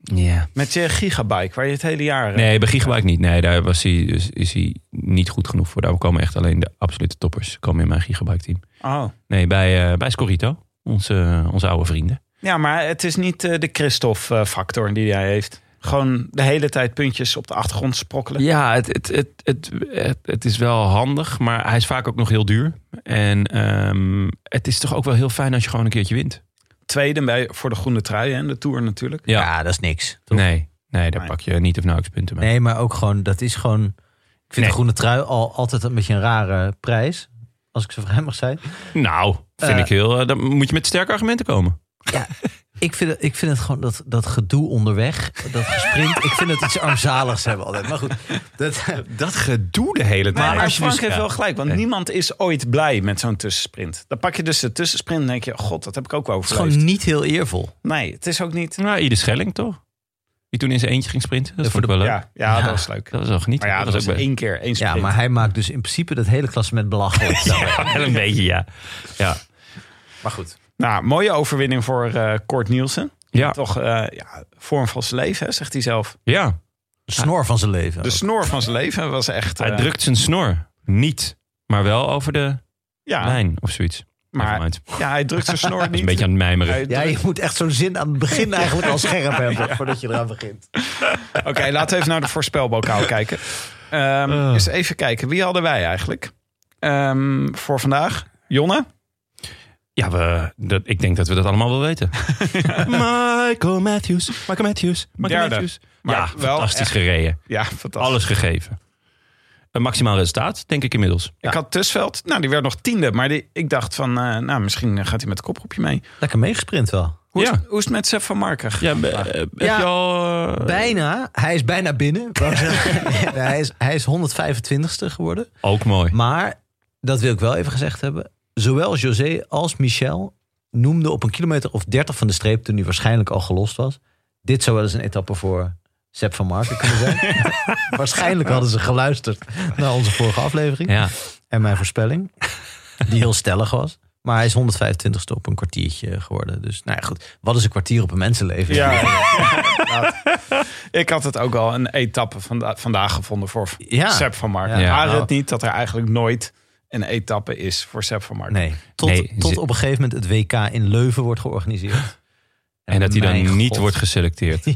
Speaker 1: Ja.
Speaker 2: Met je gigabike, waar je het hele jaar. eh,
Speaker 1: Nee, bij Gigabyte niet. Nee, daar was hij, is, is hij niet goed genoeg voor. Daar komen echt alleen de absolute toppers komen in mijn Gigabyte team.
Speaker 2: Oh.
Speaker 1: Nee, bij, eh, bij Scorito, onze, eh, onze oude vrienden.
Speaker 2: Ja, maar het is niet eh, de Christophe-factor eh, die hij heeft. Gewoon de hele tijd puntjes op de achtergrond sprokkelen.
Speaker 1: Ja, het, het, het, het, het, het is wel handig, maar hij is vaak ook nog heel duur. En ehm, het is toch ook wel heel fijn als je gewoon een keertje wint.
Speaker 2: Tweede bij, voor de groene trui en de Tour natuurlijk.
Speaker 3: Ja. dat is niks. toch?
Speaker 1: Nee, nee, daar
Speaker 2: Nee.
Speaker 1: pak je niet of nauwelijks punten mee.
Speaker 3: Nee, maar ook gewoon, dat is gewoon... Ik vind
Speaker 1: Nee.
Speaker 3: de groene trui al altijd een beetje een rare prijs. Als ik zo vrij mag zijn.
Speaker 1: Nou, vind
Speaker 3: Eh,
Speaker 1: ik heel. eh, dan moet je met sterke argumenten komen.
Speaker 3: Ik vind, het, ik vind het gewoon dat, dat gedoe onderweg, dat gesprint. ik vind het iets armzaligs hebben altijd. Maar goed, dat,
Speaker 1: Dat gedoe de hele
Speaker 2: Maar, als
Speaker 3: dus
Speaker 2: dus Frank heeft wel gelijk, want niemand is ooit blij met zo'n tussensprint. Dan pak je dus de tussensprint en denk je, oh god, dat heb ik ook
Speaker 3: het is gewoon
Speaker 2: overleefd.
Speaker 3: niet heel eervol.
Speaker 2: Nee, het is ook niet...
Speaker 1: Nou, Ieder Schelling toch? Die toen in zijn eentje ging sprinten. Dat
Speaker 3: Ja, voor
Speaker 1: vond ik wel leuk.
Speaker 2: Ja, ja,
Speaker 3: Ja.
Speaker 2: dat was leuk.
Speaker 1: Dat was wel genieten.
Speaker 2: Maar ja, dat was
Speaker 1: ook
Speaker 2: één keer, één
Speaker 3: Ja,
Speaker 2: sprint.
Speaker 3: maar hij maakt dus in principe dat hele klassement belachelijk.
Speaker 1: wel- wel een beetje, ja. Ja,
Speaker 3: Maar goed.
Speaker 2: Nou, mooie overwinning voor eh Kort Nielsen.
Speaker 1: ja.
Speaker 2: Toch eh, ja, vorm van zijn leven, hè, zegt hij zelf.
Speaker 1: ja.
Speaker 3: De snor van zijn leven.
Speaker 2: De snor van zijn leven was echt...
Speaker 1: hij
Speaker 2: eh,
Speaker 1: drukt zijn snor niet, maar wel over de
Speaker 2: ja,
Speaker 1: lijn of zoiets.
Speaker 2: Ah. Maar-
Speaker 1: Maar uit. Dat
Speaker 2: ja, hij drukt zijn snor niet.
Speaker 1: is een beetje aan het mijmeren.
Speaker 2: Hij
Speaker 3: ja, je moet echt zo'n zin aan het begin eigenlijk al scherp hebben voordat je eraan begint.
Speaker 2: Oké, laten we even naar de voorspelbokaal kijken. Ehm
Speaker 1: Eh.
Speaker 2: Eens even kijken, wie hadden wij eigenlijk Ehm, voor vandaag? Jonne?
Speaker 1: Ja, we, dat, ik denk dat we dat allemaal wel weten. Michael Matthews. Michael Matthews. Michael
Speaker 2: Derde.
Speaker 1: Matthews.
Speaker 2: Maar
Speaker 1: ja,
Speaker 2: wel
Speaker 1: fantastisch
Speaker 2: echt-
Speaker 1: gereden.
Speaker 2: Ja, fantastisch.
Speaker 1: Alles gegeven. Een maximaal resultaat, denk ik inmiddels.
Speaker 2: Ik had Tusveld, nou die werd nog tiende, maar die, ik dacht van, eh, nou misschien gaat hij met het kopgroepje mee.
Speaker 3: Lekker meegesprint wel.
Speaker 2: Hoe, is,
Speaker 1: Ja.
Speaker 2: hoe is het met Sef van Markig?
Speaker 1: Ja, be- eh, heb
Speaker 3: Ja.
Speaker 1: je al... eh,
Speaker 3: Bijna. Hij is bijna binnen. Wou ik zeggen. Nee, hij, is, hij is 125ste geworden.
Speaker 1: Ook mooi.
Speaker 3: Maar, dat wil ik wel even gezegd hebben. Zowel José als Michel noemden op een kilometer of 30 van de streep... toen hij waarschijnlijk al gelost was. Dit zou wel eens een etappe voor Sepp van Marken kunnen zijn. waarschijnlijk hadden ze geluisterd naar onze vorige aflevering.
Speaker 1: Ja.
Speaker 3: En mijn voorspelling, die heel stellig was. Maar hij is 125ste op een kwartiertje geworden. Dus nou ja, goed. Wat is een kwartier op een mensenleven?
Speaker 2: ik had het ook al een etappe vanda- vandaag gevonden voor
Speaker 3: Ja.
Speaker 2: Sef van Marken.
Speaker 1: Ja.
Speaker 2: Ja,
Speaker 1: Nou.
Speaker 2: het niet dat er eigenlijk nooit een etappe is voor Sef van Marken.
Speaker 3: Nee. Tot,
Speaker 1: Nee,
Speaker 3: tot
Speaker 1: ze-
Speaker 3: op een gegeven moment het WK in Leuven wordt georganiseerd.
Speaker 1: En dat hij
Speaker 3: mijn
Speaker 1: dan niet
Speaker 3: God.
Speaker 1: wordt geselecteerd.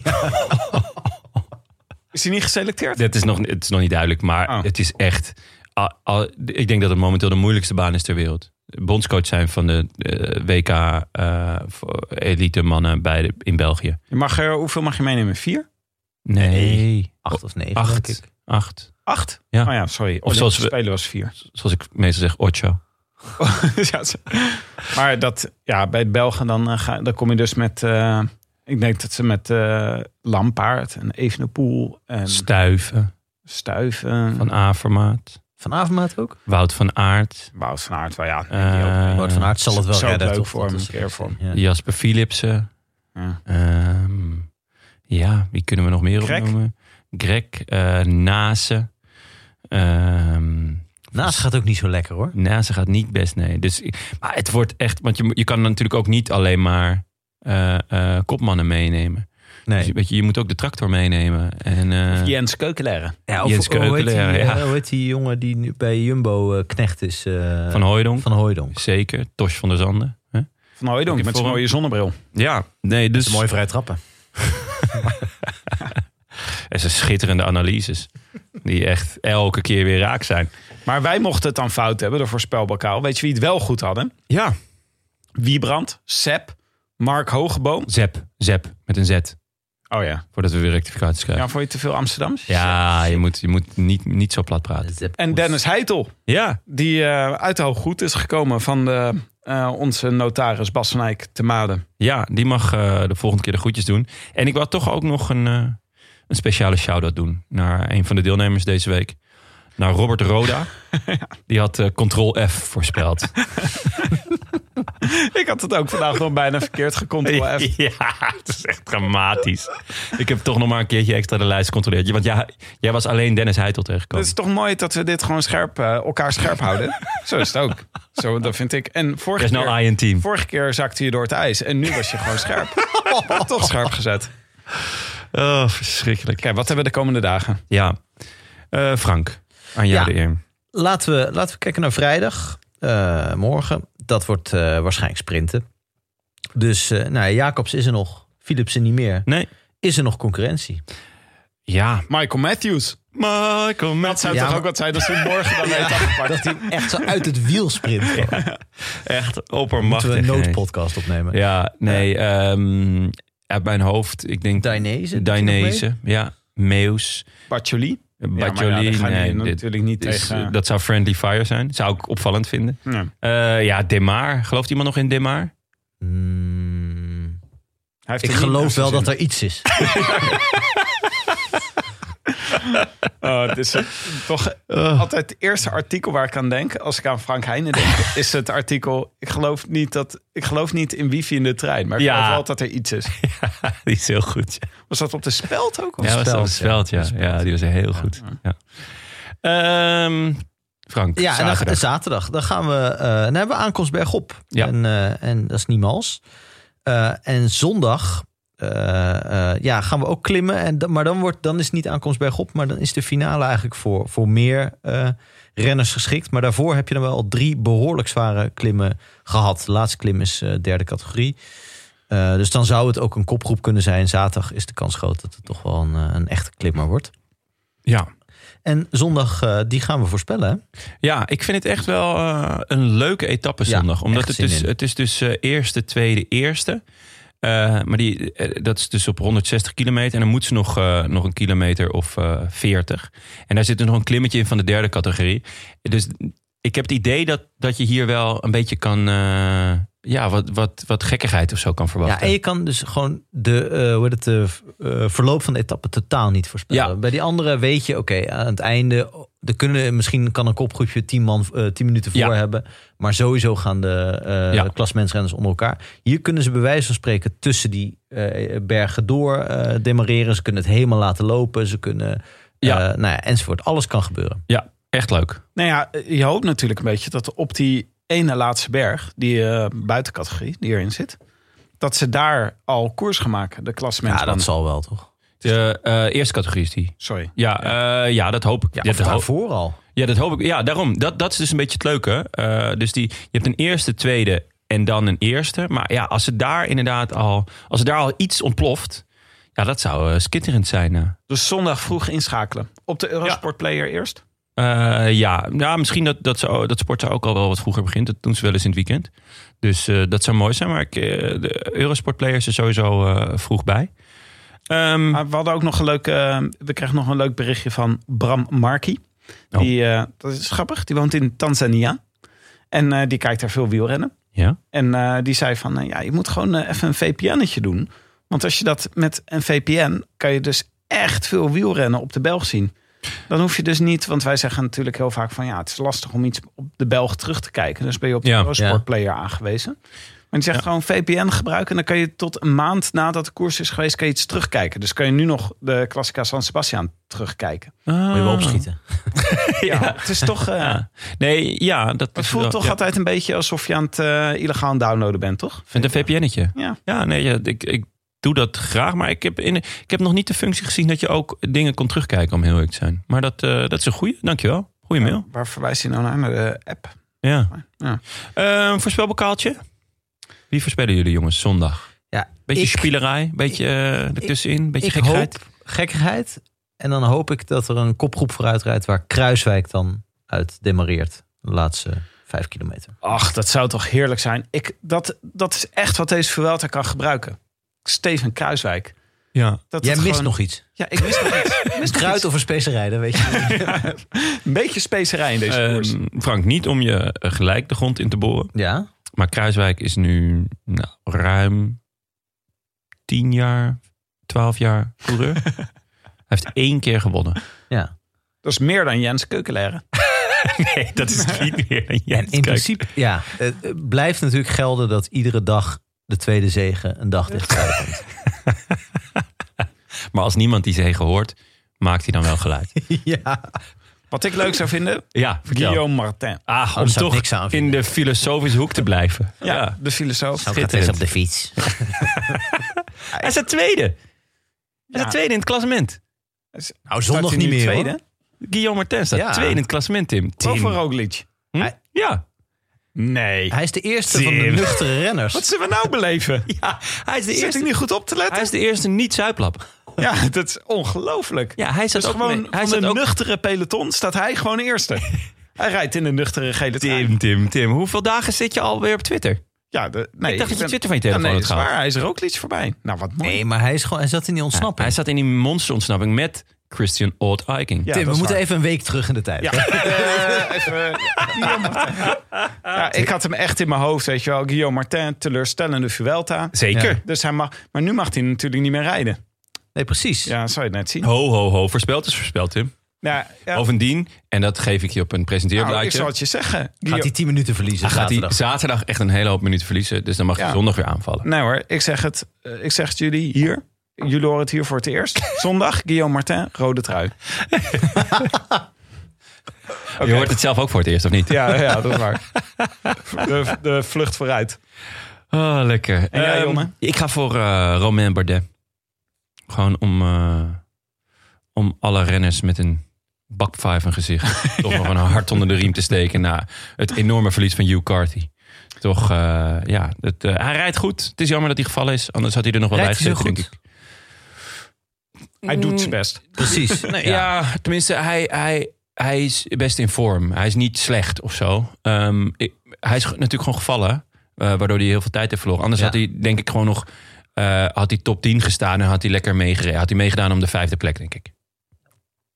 Speaker 2: Is hij niet geselecteerd?
Speaker 1: Dat is nog, het is nog niet duidelijk, maar
Speaker 2: Oh.
Speaker 1: het is echt... al- al- ik denk dat het momenteel de moeilijkste baan is ter wereld. Bondscoach zijn van de eh, WK eh, voor elite mannen bij de, in België.
Speaker 2: eh, Je mag er, hoeveel mag je meenemen? Vier?
Speaker 1: Nee.
Speaker 3: Acht of negen,
Speaker 1: Acht.
Speaker 3: denk ik.
Speaker 1: Acht.
Speaker 2: Acht?
Speaker 1: Ja.
Speaker 2: Oh ja, sorry. Of
Speaker 1: zoals
Speaker 2: zoals
Speaker 1: we-
Speaker 2: we spelen was vier.
Speaker 1: Zoals ik meestal zeg, Ocho.
Speaker 2: ja, zo- maar dat, ja, bij het Belgen dan, eh, ga, dan kom je dus met... eh, ik denk dat ze met eh, Lampaard en Evenepoel en
Speaker 1: Stuiven
Speaker 2: Stuiven...
Speaker 1: van A-formaat.
Speaker 3: Van Avermaat ook?
Speaker 1: Wout van Aert.
Speaker 2: Wout van Aert, wel ja. die
Speaker 1: Eh,
Speaker 2: ook-
Speaker 3: Wout van Aert oh, zal het wel
Speaker 2: zou het
Speaker 3: redden.
Speaker 2: leuk
Speaker 3: toch?
Speaker 2: voor hem,
Speaker 3: Dat is-
Speaker 2: een keer voor hem.
Speaker 3: Ja.
Speaker 1: Jasper Philipsen.
Speaker 2: Ja.
Speaker 1: Ehm, ja, wie kunnen we nog meer
Speaker 2: Greg?
Speaker 1: opnoemen? Greg, eh Nase. Ehm
Speaker 3: Naast Nou, gaat ook niet zo lekker hoor.
Speaker 1: NASA Nou, gaat niet best, nee. Dus, maar het wordt echt, want je, moet- je kan natuurlijk ook niet alleen maar eh, eh, kopmannen meenemen. Dus, je-
Speaker 3: Nee.
Speaker 1: weet je, je moet ook de tractor meenemen. En, eh,
Speaker 2: Jens Keukenleren.
Speaker 3: Ja, of,
Speaker 1: Jens
Speaker 3: hoe heet die,
Speaker 1: Keukelaar, ja.
Speaker 3: eh, hoe heet die jongen die nu bij Jumbo eh, knecht is? eh,
Speaker 1: Van Hooijdonk.
Speaker 3: Van Hooijdonk.
Speaker 1: Zeker, Tosh van der Zanden. hè?
Speaker 2: Van Hooijdonk,
Speaker 1: Oké,
Speaker 2: met zijn
Speaker 1: voor-
Speaker 2: mooie zonnebril.
Speaker 1: Ja, nee, dus...
Speaker 3: Mooi vrij trappen.
Speaker 1: En zijn schitterende analyses. Die echt elke keer weer raak zijn.
Speaker 2: Maar wij mochten het dan fout hebben, de voorspelbokaal. Weet je wie het wel goed hadden?
Speaker 1: Ja.
Speaker 2: Wiebrand, Sepp, Mark Hogeboom.
Speaker 1: Zep, zep, met een Z.
Speaker 2: Oh ja.
Speaker 1: Voordat we weer rectificaties krijgen.
Speaker 2: Ja, vond je te veel Amsterdams?
Speaker 1: Ja, je moet, je moet niet, niet zo plat praten.
Speaker 2: En Dennis Heitel,
Speaker 1: Ja,
Speaker 2: die eh, uit de hooggoed is gekomen van de, eh, onze notaris Bas van Eyck te Maden.
Speaker 1: ja die mag eh, de volgende keer de groetjes doen. En ik wil toch ook nog een, eh, een speciale shout-out doen naar een van de deelnemers deze week. Naar Robert Roda. Die had eh, Ctrl F voorspeld.
Speaker 2: Ik had het ook vandaag nog bijna verkeerd gecontroleerd.
Speaker 1: Ja, het is echt dramatisch. Ik heb toch nog maar een keertje extra de lijst gecontroleerd. Want jij, jij was alleen Dennis Heitel
Speaker 2: Het
Speaker 1: tegengekomen.
Speaker 2: is toch mooi dat we dit gewoon scherp, eh, elkaar scherp houden. Zo is het ook. Zo, dat vind ik. En
Speaker 1: Er
Speaker 2: vorige
Speaker 1: is
Speaker 2: keer-
Speaker 1: nou I team.
Speaker 2: Vorige keer zakte je door het ijs en nu was je gewoon scherp. Toch scherp gezet.
Speaker 1: Oh, verschrikkelijk.
Speaker 2: Kijk, wat hebben we de komende dagen?
Speaker 1: Ja. Eh, Frank, aan jou
Speaker 3: Ja.
Speaker 1: de eer.
Speaker 3: Laten we, laten we kijken naar vrijdag. eh, morgen. Dat wordt eh, waarschijnlijk sprinten. Dus eh, nou, ja, Jacobs is er nog. Philipsen niet meer.
Speaker 1: Nee.
Speaker 3: Is er nog concurrentie?
Speaker 1: Ja.
Speaker 2: Michael Matthews.
Speaker 1: Michael
Speaker 2: Dat zou
Speaker 3: Ja,
Speaker 2: toch
Speaker 3: maar-
Speaker 2: ook wat zijn als we morgen dan weer het afgepakt.
Speaker 3: Dat hij echt zo uit het wiel sprint. Moeten
Speaker 1: Echt
Speaker 3: we
Speaker 1: oppermachtig.
Speaker 3: een
Speaker 1: hè.
Speaker 3: noodpodcast opnemen?
Speaker 1: Ja, nee. ehm, uit mijn hoofd, ik denk...
Speaker 3: Dainese, doet hij nog
Speaker 1: Dainese, ja. Meus.
Speaker 2: Patchouli.
Speaker 1: Bajoli.
Speaker 2: Ja, maar ja, daar gaan
Speaker 1: nee,
Speaker 2: die
Speaker 1: dit-
Speaker 2: natuurlijk niet
Speaker 1: dit is- eh,
Speaker 2: tegen.
Speaker 1: Dus,
Speaker 2: eh,
Speaker 1: Dat zou friendly fire zijn. Zou ik opvallend vinden.
Speaker 2: Nee.
Speaker 1: Eh, ja, Demar. Gelooft iemand nog in Demar?
Speaker 3: Hmm,
Speaker 2: Hij heeft
Speaker 3: ik
Speaker 2: er niet
Speaker 3: geloof wel
Speaker 2: zin
Speaker 3: dat er iets is.
Speaker 2: in. Oh, het is eh, toch altijd het eerste artikel waar ik aan denk, als ik aan Frank Heijnen denk, is het artikel, ik geloof niet, dat, ik geloof niet in wifi in de trein, maar ik
Speaker 1: Ja.
Speaker 2: geloof wel dat er iets is.
Speaker 1: Die is heel goed. ja.
Speaker 2: Was dat op de speld ook? Of
Speaker 1: Ja,
Speaker 2: zo?
Speaker 1: dat was
Speaker 3: Speld,
Speaker 1: op het speld, ja.
Speaker 2: Speld.
Speaker 1: Ja, die was heel goed. Ja. Ehm, Frank,
Speaker 3: Ja, en dan,
Speaker 1: zaterdag.
Speaker 3: zaterdag. Dan gaan we, eh, dan hebben we aankomst bergop.
Speaker 1: Ja.
Speaker 3: En, eh, en dat is niemals. Eh, en zondag eh, eh, ja, gaan we ook klimmen. En, dan- maar dan, wordt, dan is het niet aankomst bergop. Maar dan is de finale eigenlijk voor, voor meer eh, renners geschikt. Maar daarvoor heb je dan wel al drie behoorlijk zware klimmen gehad. De laatste klim is eh, derde categorie. Eh, dus dan zou het ook een kopgroep kunnen zijn. Zaterdag is de kans groot dat het toch wel een, eh, een echte klimmer wordt.
Speaker 1: Ja.
Speaker 3: En zondag, eh, die gaan we voorspellen. hè?
Speaker 1: Ja, ik vind het echt wel eh, een leuke etappe
Speaker 3: Ja,
Speaker 1: zondag. omdat
Speaker 3: echt
Speaker 1: het
Speaker 3: zin
Speaker 1: dus,
Speaker 3: in.
Speaker 1: het is dus eh, eerste, tweede, eerste. Eh, maar die, eh, dat is dus op 160 kilometer. En dan moet ze nog, eh, nog een kilometer of eh 40. En daar zit dus nog een klimmetje in van de derde categorie. Dus ik heb het idee dat, dat je hier wel een beetje kan... eh, ja, wat, wat, wat gekkigheid of zo kan
Speaker 3: Ja,
Speaker 1: verwachten.
Speaker 3: en je kan dus gewoon de, eh, hoe heet het, de eh, verloop van de etappe totaal niet voorspellen.
Speaker 1: Ja.
Speaker 3: Bij die andere weet je, oké, aan het einde, oh, er kunnen, misschien kan een kopgroepje tien, man, eh, tien minuten voor
Speaker 1: Ja.
Speaker 3: hebben. Maar sowieso gaan de eh
Speaker 1: Ja.
Speaker 3: klasmensrenners onder elkaar. Hier kunnen ze bij wijze van spreken tussen die eh, bergen door eh demareren. Ze kunnen het helemaal laten lopen. Ze kunnen, eh,
Speaker 1: Ja.
Speaker 3: nou ja, enzovoort. Alles kan gebeuren.
Speaker 1: ja, echt leuk.
Speaker 2: Nou ja, je hoopt natuurlijk een beetje dat op die ene laatste berg, die eh, buitencategorie die erin zit, dat ze daar al koers gaan maken, de klassementen.
Speaker 3: Ja, dat zal wel, toch?
Speaker 1: De eh, eerste categorie is die.
Speaker 2: Sorry.
Speaker 1: Ja, eh, ja dat hoop ik.
Speaker 3: Ja,
Speaker 1: dat
Speaker 3: of
Speaker 1: hoop-
Speaker 3: daarvoor al.
Speaker 1: Ja, dat hoop ik. Ja, daarom. Dat, dat is dus een beetje het leuke. Eh, dus die, je hebt een eerste, tweede en dan een eerste. Maar ja, als het daar inderdaad al, als het daar al iets ontploft. Ja, dat zou eh, skitterend zijn. eh.
Speaker 2: Dus zondag vroeg inschakelen. Op de Eurosport Player eerst.
Speaker 1: Eh, ja, nou, misschien dat, dat, zou, dat sport zou ook al wel wat vroeger begint. Dat doen ze wel eens in het weekend. Dus eh, dat zou mooi zijn. Maar ik, eh, de Eurosport players er sowieso eh, vroeg bij.
Speaker 2: Maar we hadden ook nog een leuk, eh, we kregen nog een leuk berichtje van Bram Marki. Die, eh, dat is grappig, die woont in Tanzania. En eh, die kijkt daar veel wielrennen.
Speaker 1: Ja.
Speaker 2: En eh, die zei van, eh, ja, je moet gewoon eh, even een VPN'tje doen. Want als je dat met een VPN, kan je dus echt veel wielrennen op de Belg zien. Dan hoef je dus niet, want wij zeggen natuurlijk heel vaak van, ja, het is lastig om iets op de Belg terug te kijken. Dus ben je op de
Speaker 1: Ja,
Speaker 2: Eurosport Player aangewezen. Maar die zegt gewoon VPN gebruiken. En dan kan je tot een maand nadat de koers is geweest, kan je iets terugkijken. Dus kan je nu nog de Classica San Sebastian terugkijken.
Speaker 3: Moet je wel opschieten.
Speaker 2: Ja, het is toch. eh,
Speaker 1: Nee, ja. Dat
Speaker 2: Het
Speaker 1: is
Speaker 2: voelt
Speaker 1: wel-
Speaker 2: toch
Speaker 1: ja.
Speaker 2: altijd een beetje alsof je aan het eh, illegaal downloaden bent, toch?
Speaker 1: Vind een VPN'tje.
Speaker 2: Ja.
Speaker 1: Ja, nee, ja, ik, ik doe dat graag. Maar ik heb, in, ik heb nog niet de functie gezien dat je ook dingen kon terugkijken, om heel eerlijk te zijn. Maar dat, eh, dat is een goede. Dankjewel. Goeie mail.
Speaker 2: Waar verwijst hij nou naar? Naar de app.
Speaker 1: Ja.
Speaker 2: Ja.
Speaker 1: Ehm, voorspelbokaaltje. Wie voorspellen jullie, jongens, zondag?
Speaker 3: Ja,
Speaker 1: Beetje
Speaker 3: ik-
Speaker 1: spielerij, beetje eh ertussenin, beetje
Speaker 3: ik
Speaker 1: gekheid.
Speaker 3: hoop gekkigheid. En dan hoop ik dat er een kopgroep vooruit rijdt waar Kruiswijk dan uit demareert. De laatste vijf kilometer.
Speaker 2: Ach, dat zou toch heerlijk zijn. Ik, dat, dat is echt wat deze Vuelta kan gebruiken. Steven Kruiswijk.
Speaker 1: Ja.
Speaker 2: Dat
Speaker 3: Jij
Speaker 2: het
Speaker 3: mist
Speaker 2: gewoon-
Speaker 3: nog iets.
Speaker 2: Ja, ik mis nog iets. Ik mis nog
Speaker 3: Kruid
Speaker 2: iets.
Speaker 3: of een specerij, dat weet je. niet.
Speaker 2: Een beetje specerij in deze koers.
Speaker 1: Ehm, Frank, niet om je eh, gelijk de grond in te boren.
Speaker 3: Ja,
Speaker 1: Maar Kruiswijk is nu nou, ruim 10 jaar, 12 jaar coureur. Hij heeft één keer gewonnen.
Speaker 3: ja.
Speaker 2: Dat is meer dan Jens Keukenleren.
Speaker 1: Nee, dat is niet meer dan
Speaker 3: En in principe ja, het het blijft natuurlijk gelden dat iedere dag de tweede zegen een dag dichterbij komt.
Speaker 1: Maar als niemand die zegen hoort, maakt hij dan wel geluid.
Speaker 3: ja.
Speaker 2: Wat ik leuk zou vinden,
Speaker 1: Ja, vertel.
Speaker 2: Guillaume Martin.
Speaker 1: Ah, om
Speaker 3: daar zou ik
Speaker 1: toch
Speaker 3: niks aan
Speaker 1: in
Speaker 3: vinden.
Speaker 1: de filosofische hoek te blijven.
Speaker 2: Ja, de filosoof.
Speaker 3: Nou, gaat eens op de fiets.
Speaker 1: Hij is de tweede. Hij is
Speaker 2: Ja.
Speaker 1: de tweede in het klassement. Ah,
Speaker 3: Nou,
Speaker 2: Staat
Speaker 3: zondag
Speaker 2: hij
Speaker 3: niet
Speaker 2: nu
Speaker 3: meer
Speaker 2: tweede?
Speaker 3: hoor.
Speaker 1: Guillaume Martens staat
Speaker 3: Ja.
Speaker 1: tweede in het klassement, Tim. Tim.
Speaker 2: Over Roglic.
Speaker 1: Hm? Ja. Nee.
Speaker 3: Hij is de eerste van de
Speaker 1: Tim.
Speaker 3: nuchtere renners.
Speaker 2: Wat zullen we nou beleven?
Speaker 1: Ja, hij is de
Speaker 2: Zit ik
Speaker 1: eerste,
Speaker 2: niet goed op te letten?
Speaker 1: hij is de eerste niet-zuiplap.
Speaker 2: Ja, dat is ongelooflijk.
Speaker 1: Ja, hij
Speaker 2: Dus
Speaker 1: zat ook
Speaker 2: gewoon
Speaker 1: mee- Hij
Speaker 2: van
Speaker 1: zat
Speaker 2: de
Speaker 1: ook
Speaker 2: nuchtere peloton staat hij gewoon eerste. hij rijdt in de nuchtere gele trui.
Speaker 1: Tim, Tim, Tim. Hoeveel dagen zit je alweer op Twitter?
Speaker 2: Ja, de, nee,
Speaker 1: Ik dacht dat je
Speaker 2: ben-
Speaker 1: Twitter van je telefoon
Speaker 2: ja,
Speaker 1: had
Speaker 2: nee, dat is
Speaker 1: gehaald.
Speaker 2: waar. Hij is er ook iets voorbij. Nou, wat mooi.
Speaker 3: Nee, maar hij, is gewoon, hij zat in die ontsnapping.
Speaker 1: Hij zat in die monsterontsnapping met Christian Old Eiking.
Speaker 2: Ja,
Speaker 3: Tim, we
Speaker 2: dat is
Speaker 3: moeten
Speaker 2: waar.
Speaker 3: even een week terug in de tijd.
Speaker 2: Ja, eh, even, Guillaume Martin. ja, ik had hem echt in mijn hoofd, weet je wel. Guillaume Martin, teleurstellende Vuelta.
Speaker 1: Zeker.
Speaker 3: Ja.
Speaker 2: Dus hij mag, maar nu mag hij natuurlijk niet meer rijden.
Speaker 3: Nee, precies.
Speaker 2: Ja, zou je het net zien.
Speaker 1: Ho, ho, ho. Voorspeld is voorspeld, Tim.
Speaker 2: Ja, ja.
Speaker 1: Bovendien, en dat geef ik je op een
Speaker 2: Nou, ik
Speaker 1: presenteerblaadje.
Speaker 2: zal het je zeggen.
Speaker 3: Gaat hij 10 minuten verliezen
Speaker 1: dan gaat hij
Speaker 3: zaterdag.
Speaker 1: zaterdag echt een hele hoop minuten verliezen. Dus dan mag je
Speaker 2: Ja.
Speaker 1: zondag weer aanvallen.
Speaker 2: Nee hoor, ik zeg het, eh, ik zeg het jullie hier. Jullie horen het hier voor het eerst. Zondag, Guillaume Martin, rode trui.
Speaker 1: Je hoort het zelf ook voor het eerst, of niet?
Speaker 2: Ja, ja dat is waar. De, de vlucht vooruit.
Speaker 1: Oh, lekker.
Speaker 2: En jij,
Speaker 1: Ehm,
Speaker 2: jongen?
Speaker 1: Ik ga voor eh, Romain Bardet. Gewoon om, eh, om alle renners met een bakvijf een gezicht... toch nog een hart onder de riem te steken... na het enorme verlies van Hugh Carthy. Toch, eh, ja. Het, eh, hij rijdt goed. Het is jammer dat hij gevallen is. Anders had hij er nog wel bij
Speaker 3: Rijdt hij zo
Speaker 1: gezeten, denk
Speaker 3: goed?
Speaker 1: ik.
Speaker 2: Hij doet zijn best.
Speaker 3: Precies.
Speaker 1: Nee,
Speaker 3: ja.
Speaker 1: ja. tenminste, hij, hij, hij is best in vorm. Hij is niet slecht of zo. Ehm, ik- hij is ge- natuurlijk gewoon gevallen, eh, waardoor hij heel veel tijd heeft verloren. Anders
Speaker 3: Ja.
Speaker 1: had hij, denk ik, gewoon nog. eh, had hij top 10 gestaan en had hij lekker meegereden. Had hij meegedaan om de vijfde plek, denk ik.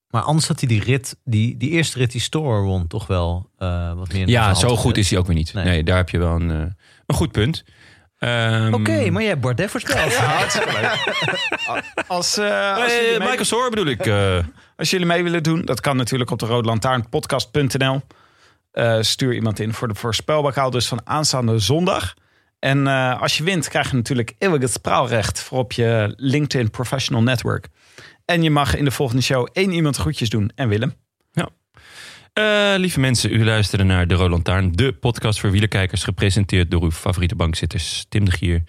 Speaker 3: Maar anders had hij die rit, die, die eerste rit die Store won, toch wel eh, wat meer. in de
Speaker 1: Ja,
Speaker 3: hand
Speaker 1: zo
Speaker 3: gezet.
Speaker 1: goed is hij ook weer niet. Nee,
Speaker 3: Nee.
Speaker 1: daar heb je wel een, eh, een goed punt. Ehm,
Speaker 3: Oké, maar jij hebt Bardet voorspeld.
Speaker 2: Als, eh, als,
Speaker 1: eh,
Speaker 2: jullie mee,
Speaker 1: Michael Soor bedoel ik. eh,
Speaker 2: als jullie mee willen doen, dat kan natuurlijk op de roodlantaarnpodcast.nl. Eh, stuur iemand in voor de voorspelbokaal dus van aanstaande zondag. En eh, als je wint, krijg je natuurlijk eeuwig het spraalrecht voor op je LinkedIn Professional Network. En je mag in de volgende show één iemand groetjes doen en Willem.
Speaker 1: Eh, lieve mensen, u luisterde naar De Roland Taarn, de podcast voor wielerkijkers, gepresenteerd door uw favoriete bankzitters Tim de Gier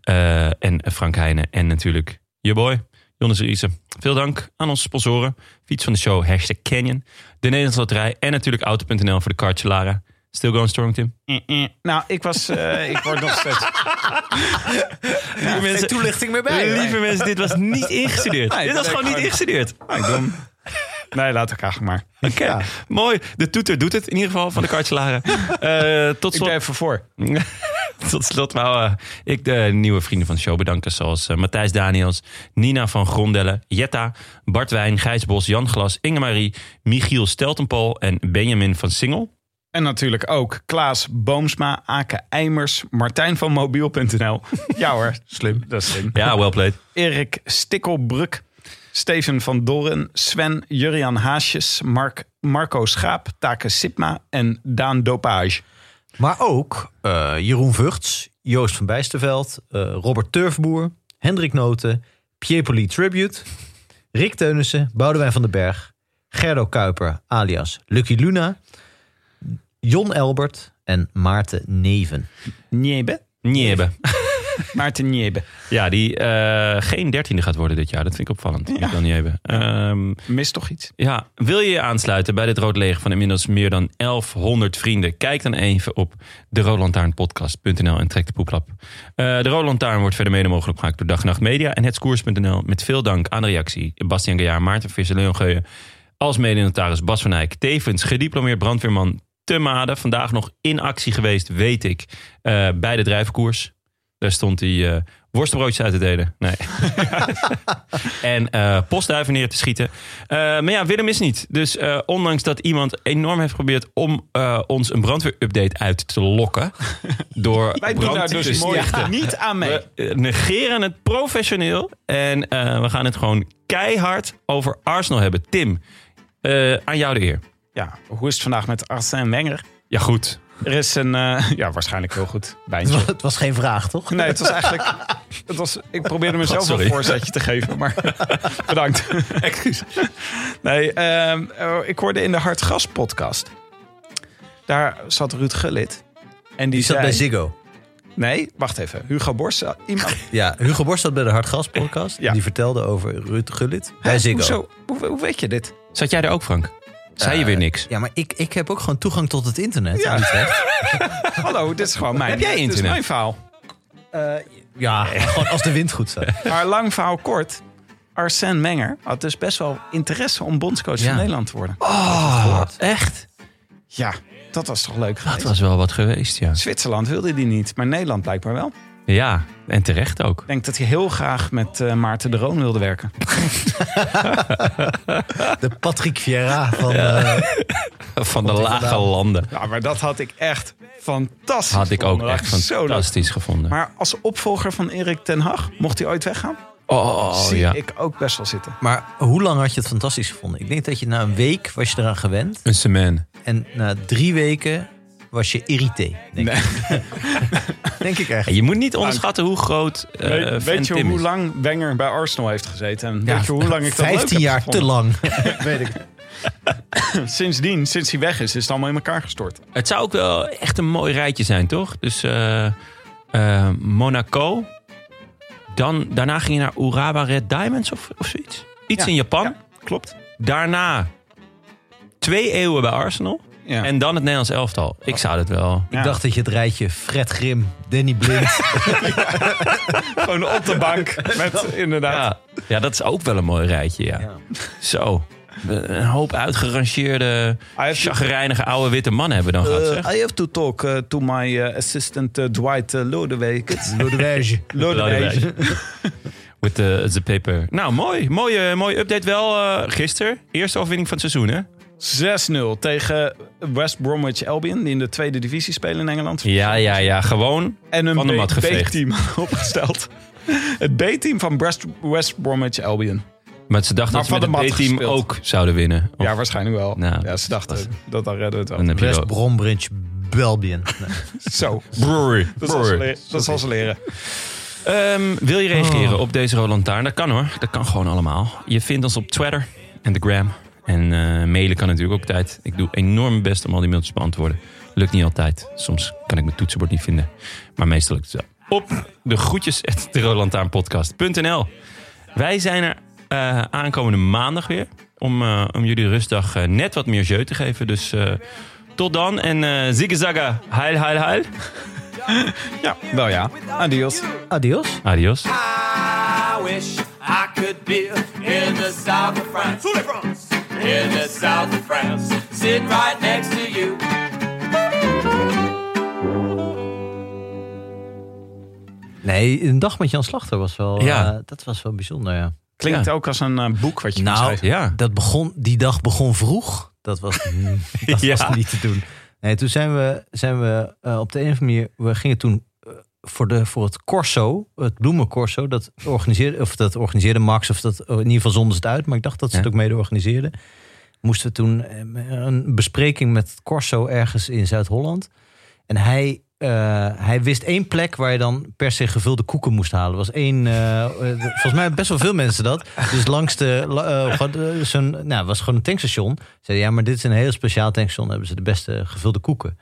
Speaker 1: eh, en Frank Heijnen. En natuurlijk je boy, Jonas Riese. Veel dank aan onze sponsoren, fiets van de show, hashtag Canyon, de Nederlandse Loterij en natuurlijk Auto.nl voor de kaartje Lara. Still going strong, Tim.
Speaker 2: Eh, eh. Nou, ik was, eh, ik word nog steeds.
Speaker 1: lieve mensen,
Speaker 3: toelichting meer bij.
Speaker 1: lieve mensen, dit was niet ingestudeerd. dit was
Speaker 2: dat
Speaker 1: gewoon
Speaker 2: ik
Speaker 1: niet
Speaker 2: gewoon-
Speaker 1: ingestudeerd.
Speaker 2: Nou, ik doe hem. Nee, laat ik eigenlijk maar.
Speaker 1: Oké, mooi. De toeter doet het in ieder geval van de kaartje Lara. Eh, tot
Speaker 2: Ik ben
Speaker 1: slot.
Speaker 2: even voor.
Speaker 1: Tot slot wou eh, ik de nieuwe vrienden van de show bedanken. Zoals eh, Matthijs Daniels, Nina van Grondelle, Jetta, Bart Wijn, Gijs Bos, Jan Glas, Inge-Marie, Michiel Steltenpol en Benjamin van Singel.
Speaker 2: En natuurlijk ook Klaas Boomsma, Ake Eimers, Martijn van Mobiel.nl. Ja hoor, slim. Dat is slim.
Speaker 1: Ja, well played.
Speaker 2: Erik Stikkelbruk, Steven van Dorren, Sven Jurian Haasjes, Mark, Marco Schaap, Take Sipma en Daan Dopage.
Speaker 3: Maar ook eh, Jeroen Vugts, Joost van Bijsterveld, eh, Robert Turfboer, Hendrik Noten, Piepoli Tribute, Rick Teunissen, Boudewijn van den Berg, Gerdo Kuiper alias Lucky Luna, Jon Elbert en Maarten Neven.
Speaker 2: Niebe.
Speaker 1: Niebe.
Speaker 2: Maarten Niebe.
Speaker 1: Ja, die eh, geen dertiende gaat worden dit jaar. Dat vind ik opvallend. Ja. Dan Niebe. Ehm,
Speaker 2: Mis toch iets?
Speaker 1: Ja, wil je je aansluiten bij dit Rood Leger van inmiddels meer dan 1100 vrienden? Kijk dan even op de roodlantaarnpodcast.nl en trek de poeplap. Eh, de Rood Lantaarn wordt verder mede mogelijk gemaakt door Dag en Nacht Media en hetskoers.nl. Met veel dank aan de reactie Bastian Gaillard, Maarten Visser, Leon Geuyen, als mede-notaris Bas van Eyck. Tevens gediplomeerd brandweerman te Made. Vandaag nog in actie geweest, weet ik, eh, bij de drijfkoers. Daar stond hij eh, worstenbroodjes uit te delen. Nee. en eh postduiven neer te schieten. Eh, maar ja, Willem is niet. Dus eh, ondanks dat iemand enorm heeft geprobeerd om eh, ons een brandweerupdate uit te lokken. door
Speaker 2: Wij doen
Speaker 1: brand
Speaker 2: daar
Speaker 1: te
Speaker 2: dus mooi
Speaker 1: stichten.
Speaker 2: niet aan mee.
Speaker 1: We eh, negeren het professioneel. En eh, we gaan het gewoon keihard over Arsenal hebben. Tim, eh, aan jou de eer.
Speaker 2: Ja, hoe is het vandaag met Arsène Wenger?
Speaker 1: Ja, goed.
Speaker 2: Er is een, eh, ja, waarschijnlijk heel goed
Speaker 3: Het
Speaker 2: wijntje.
Speaker 3: was, het was geen vraag, toch?
Speaker 2: Nee, het was eigenlijk. Het was, ik probeerde mezelf
Speaker 1: God, sorry.
Speaker 2: een voorzetje te geven, maar bedankt. Excuus. Nee, ehm, eh, ik hoorde in de Hartgras podcast. Daar zat Ruud Gullit. En die,
Speaker 3: Die zat
Speaker 2: zei,
Speaker 3: bij Ziggo.
Speaker 2: Nee, wacht even. Hugo Borst. zat- Iemand.
Speaker 3: Ja, Hugo Borst zat bij de Hartgas podcast.
Speaker 2: Ja.
Speaker 3: Die vertelde over Ruud Gullit bij
Speaker 2: Hè,
Speaker 3: Ziggo.
Speaker 2: Hoezo? Hoe, hoe weet je dit?
Speaker 1: Zat jij er ook, Frank? Zei je weer niks?
Speaker 3: Eh, Ja, maar ik, ik heb ook gewoon toegang tot het internet.
Speaker 2: Ja.
Speaker 3: in Utrecht.
Speaker 2: Hallo, dit is gewoon mijn.
Speaker 1: Heb jij
Speaker 2: Dit is
Speaker 1: internet?
Speaker 2: mijn verhaal.
Speaker 3: Eh, ja gewoon als de wind goed staat.
Speaker 2: Maar lang verhaal kort. Arsène Menger had dus best wel interesse om bondscoach
Speaker 1: Ja. Oh,
Speaker 2: van Nederland te worden.
Speaker 1: Echt?
Speaker 2: Ja, dat was toch leuk
Speaker 1: Dat
Speaker 2: geweest?
Speaker 1: was wel wat geweest, ja.
Speaker 2: Zwitserland wilde die niet, maar Nederland blijkbaar wel.
Speaker 1: Ja, en terecht ook.
Speaker 2: Ik denk dat hij heel graag met eh, Maarten de Roon wilde werken.
Speaker 3: De Patrick Vieira van... eh,
Speaker 1: Van de lage landen
Speaker 2: Ja, maar dat had ik echt fantastisch.
Speaker 1: had ik ook
Speaker 2: gevonden.
Speaker 1: echt
Speaker 2: Dat is zo leuk.
Speaker 1: fantastisch gevonden.
Speaker 2: Maar als opvolger van Erik ten Hag, mocht hij ooit weggaan,
Speaker 1: Oh,
Speaker 2: zie
Speaker 1: ja.
Speaker 2: ik ook best wel zitten.
Speaker 3: maar hoe lang had je het fantastisch gevonden? Ik denk dat je na een week was je eraan gewend.
Speaker 1: Een cement.
Speaker 3: En na drie weken was je irrité. Denk, ik. denk ik echt.
Speaker 1: Je moet niet onderschatten hoe groot eh
Speaker 2: weet
Speaker 1: fan
Speaker 2: weet je
Speaker 1: Tim
Speaker 2: hoe
Speaker 1: is.
Speaker 2: lang Wenger bij Arsenal heeft gezeten? En weet je hoe lang ik dat leuk
Speaker 3: 15
Speaker 2: heb
Speaker 3: jaar te
Speaker 2: gevonden?
Speaker 3: lang.
Speaker 2: Sindsdien, sinds hij weg is, is het allemaal in elkaar gestort.
Speaker 1: Het zou ook wel echt een mooi rijtje zijn, toch? Dus eh, eh, Monaco. Dan, daarna ging je naar Urawa Red Diamonds of, of zoiets. Iets
Speaker 2: Ja,
Speaker 1: in Japan.
Speaker 2: ja, klopt.
Speaker 1: Daarna twee eeuwen bij Arsenal.
Speaker 2: Ja. Eh,
Speaker 1: En dan het Nederlands elftal. Ik zou dat wel.
Speaker 2: Ja.
Speaker 3: Ik dacht dat je het rijtje Fred Grim, Danny Blind...
Speaker 2: Gewoon op de bank. Met, inderdaad.
Speaker 1: Ja, ja, dat is ook wel een mooi rijtje, ja. Zo. Een hoop uitgerangeerde,
Speaker 2: Hij heeft-
Speaker 1: chagrijnige oude witte mannen hebben we dan gehad, zeg.
Speaker 2: I have to talk eh, to my eh, assistant eh, Dwight uh, Lodewijk.
Speaker 3: Lodewijk.
Speaker 2: Lodewijk.
Speaker 1: With the, the paper. Nou, mooi. Mooie, mooie update wel eh gisteren. Eerste overwinning van het seizoen, hè?
Speaker 2: 6-0 tegen West Bromwich Albion, die in de tweede divisie spelen in Engeland.
Speaker 1: Ja, ja, ja. Gewoon.
Speaker 2: En
Speaker 1: Van de
Speaker 2: een
Speaker 1: mat
Speaker 2: B-
Speaker 1: geveegd.
Speaker 2: B-team opgesteld. Het B-team van Brest- West Bromwich Albion.
Speaker 1: Maar ze dachten
Speaker 2: Maar
Speaker 1: dat ze
Speaker 2: van
Speaker 1: met
Speaker 2: de
Speaker 1: het
Speaker 2: mat
Speaker 1: B-team
Speaker 2: gespeeld.
Speaker 1: ook zouden winnen. Of-
Speaker 2: Ja, waarschijnlijk wel.
Speaker 1: Nou,
Speaker 2: ja, ze dachten
Speaker 1: dat-
Speaker 2: dat dan redden we het wel.
Speaker 1: dan heb je
Speaker 3: West
Speaker 1: wel-
Speaker 3: Bromwich, Belbion. Nee.
Speaker 2: Zo,
Speaker 1: Brewery.
Speaker 2: dat zal ze
Speaker 1: Brewery.
Speaker 2: leren. Dat zal ze leren.
Speaker 1: Ehm, wil je reageren op deze Roland Taarn? Dat kan hoor. Dat kan gewoon allemaal. Je vindt ons op Twitter en de Gram. En eh, mailen kan natuurlijk ook tijd. Ik doe enorm mijn best om al die mailtjes te beantwoorden. Lukt niet altijd. Soms kan ik mijn toetsenbord niet vinden. Maar meestal lukt het wel. Op de groetjes at de roodlantaarnpodcast.nl. Wij zijn er eh, aankomende maandag weer. Om, eh, om jullie rustdag eh, net wat meer jeu te geven. Dus eh, tot dan. En eh zigge zagga. Heil, heil, heil.
Speaker 2: Ja, wel ja. Adios.
Speaker 3: Adios.
Speaker 1: Adios.
Speaker 5: I wish I could be in the south of France. In the south of France. Sitting right next to you.
Speaker 3: Nee, een dag met Jan Slachter was wel,
Speaker 1: Ja.
Speaker 3: eh, dat was wel bijzonder, ja.
Speaker 2: Klinkt ook als een eh, boek wat je kan
Speaker 3: Nou,
Speaker 2: schrijven.
Speaker 1: Ja.
Speaker 3: dat begon, die dag begon vroeg. Dat was, mm, dat
Speaker 1: Ja.
Speaker 3: was niet te doen. Nee, toen zijn we, zijn we eh, op de een of andere manier... We gingen toen eh, voor, de, voor het Corso, het bloemencorso... Dat organiseerde, of dat organiseerde Max, of dat oh, in ieder geval zonden ze het uit. Maar ik dacht dat ze het
Speaker 1: Ja.
Speaker 3: ook mede organiseerden. Moesten we toen eh, een bespreking met het Corso ergens in Zuid-Holland. En hij, eh, hij wist één plek waar je dan per se gevulde koeken moest halen. Er was één, eh, eh, volgens mij best wel veel mensen dat. Dus langs de, la- eh, gewoon, eh, zo'n, nou, het was gewoon een tankstation. Zeiden ja, maar dit is een heel speciaal tankstation. Daar hebben ze de beste gevulde koeken.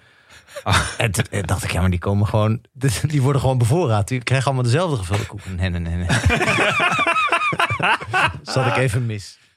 Speaker 3: En toen eh, dacht ik, ja, maar die komen gewoon, die worden gewoon bevoorraad. Die krijgen allemaal dezelfde gevulde koeken. Nee, nee, nee. nee. Zat ik even mis.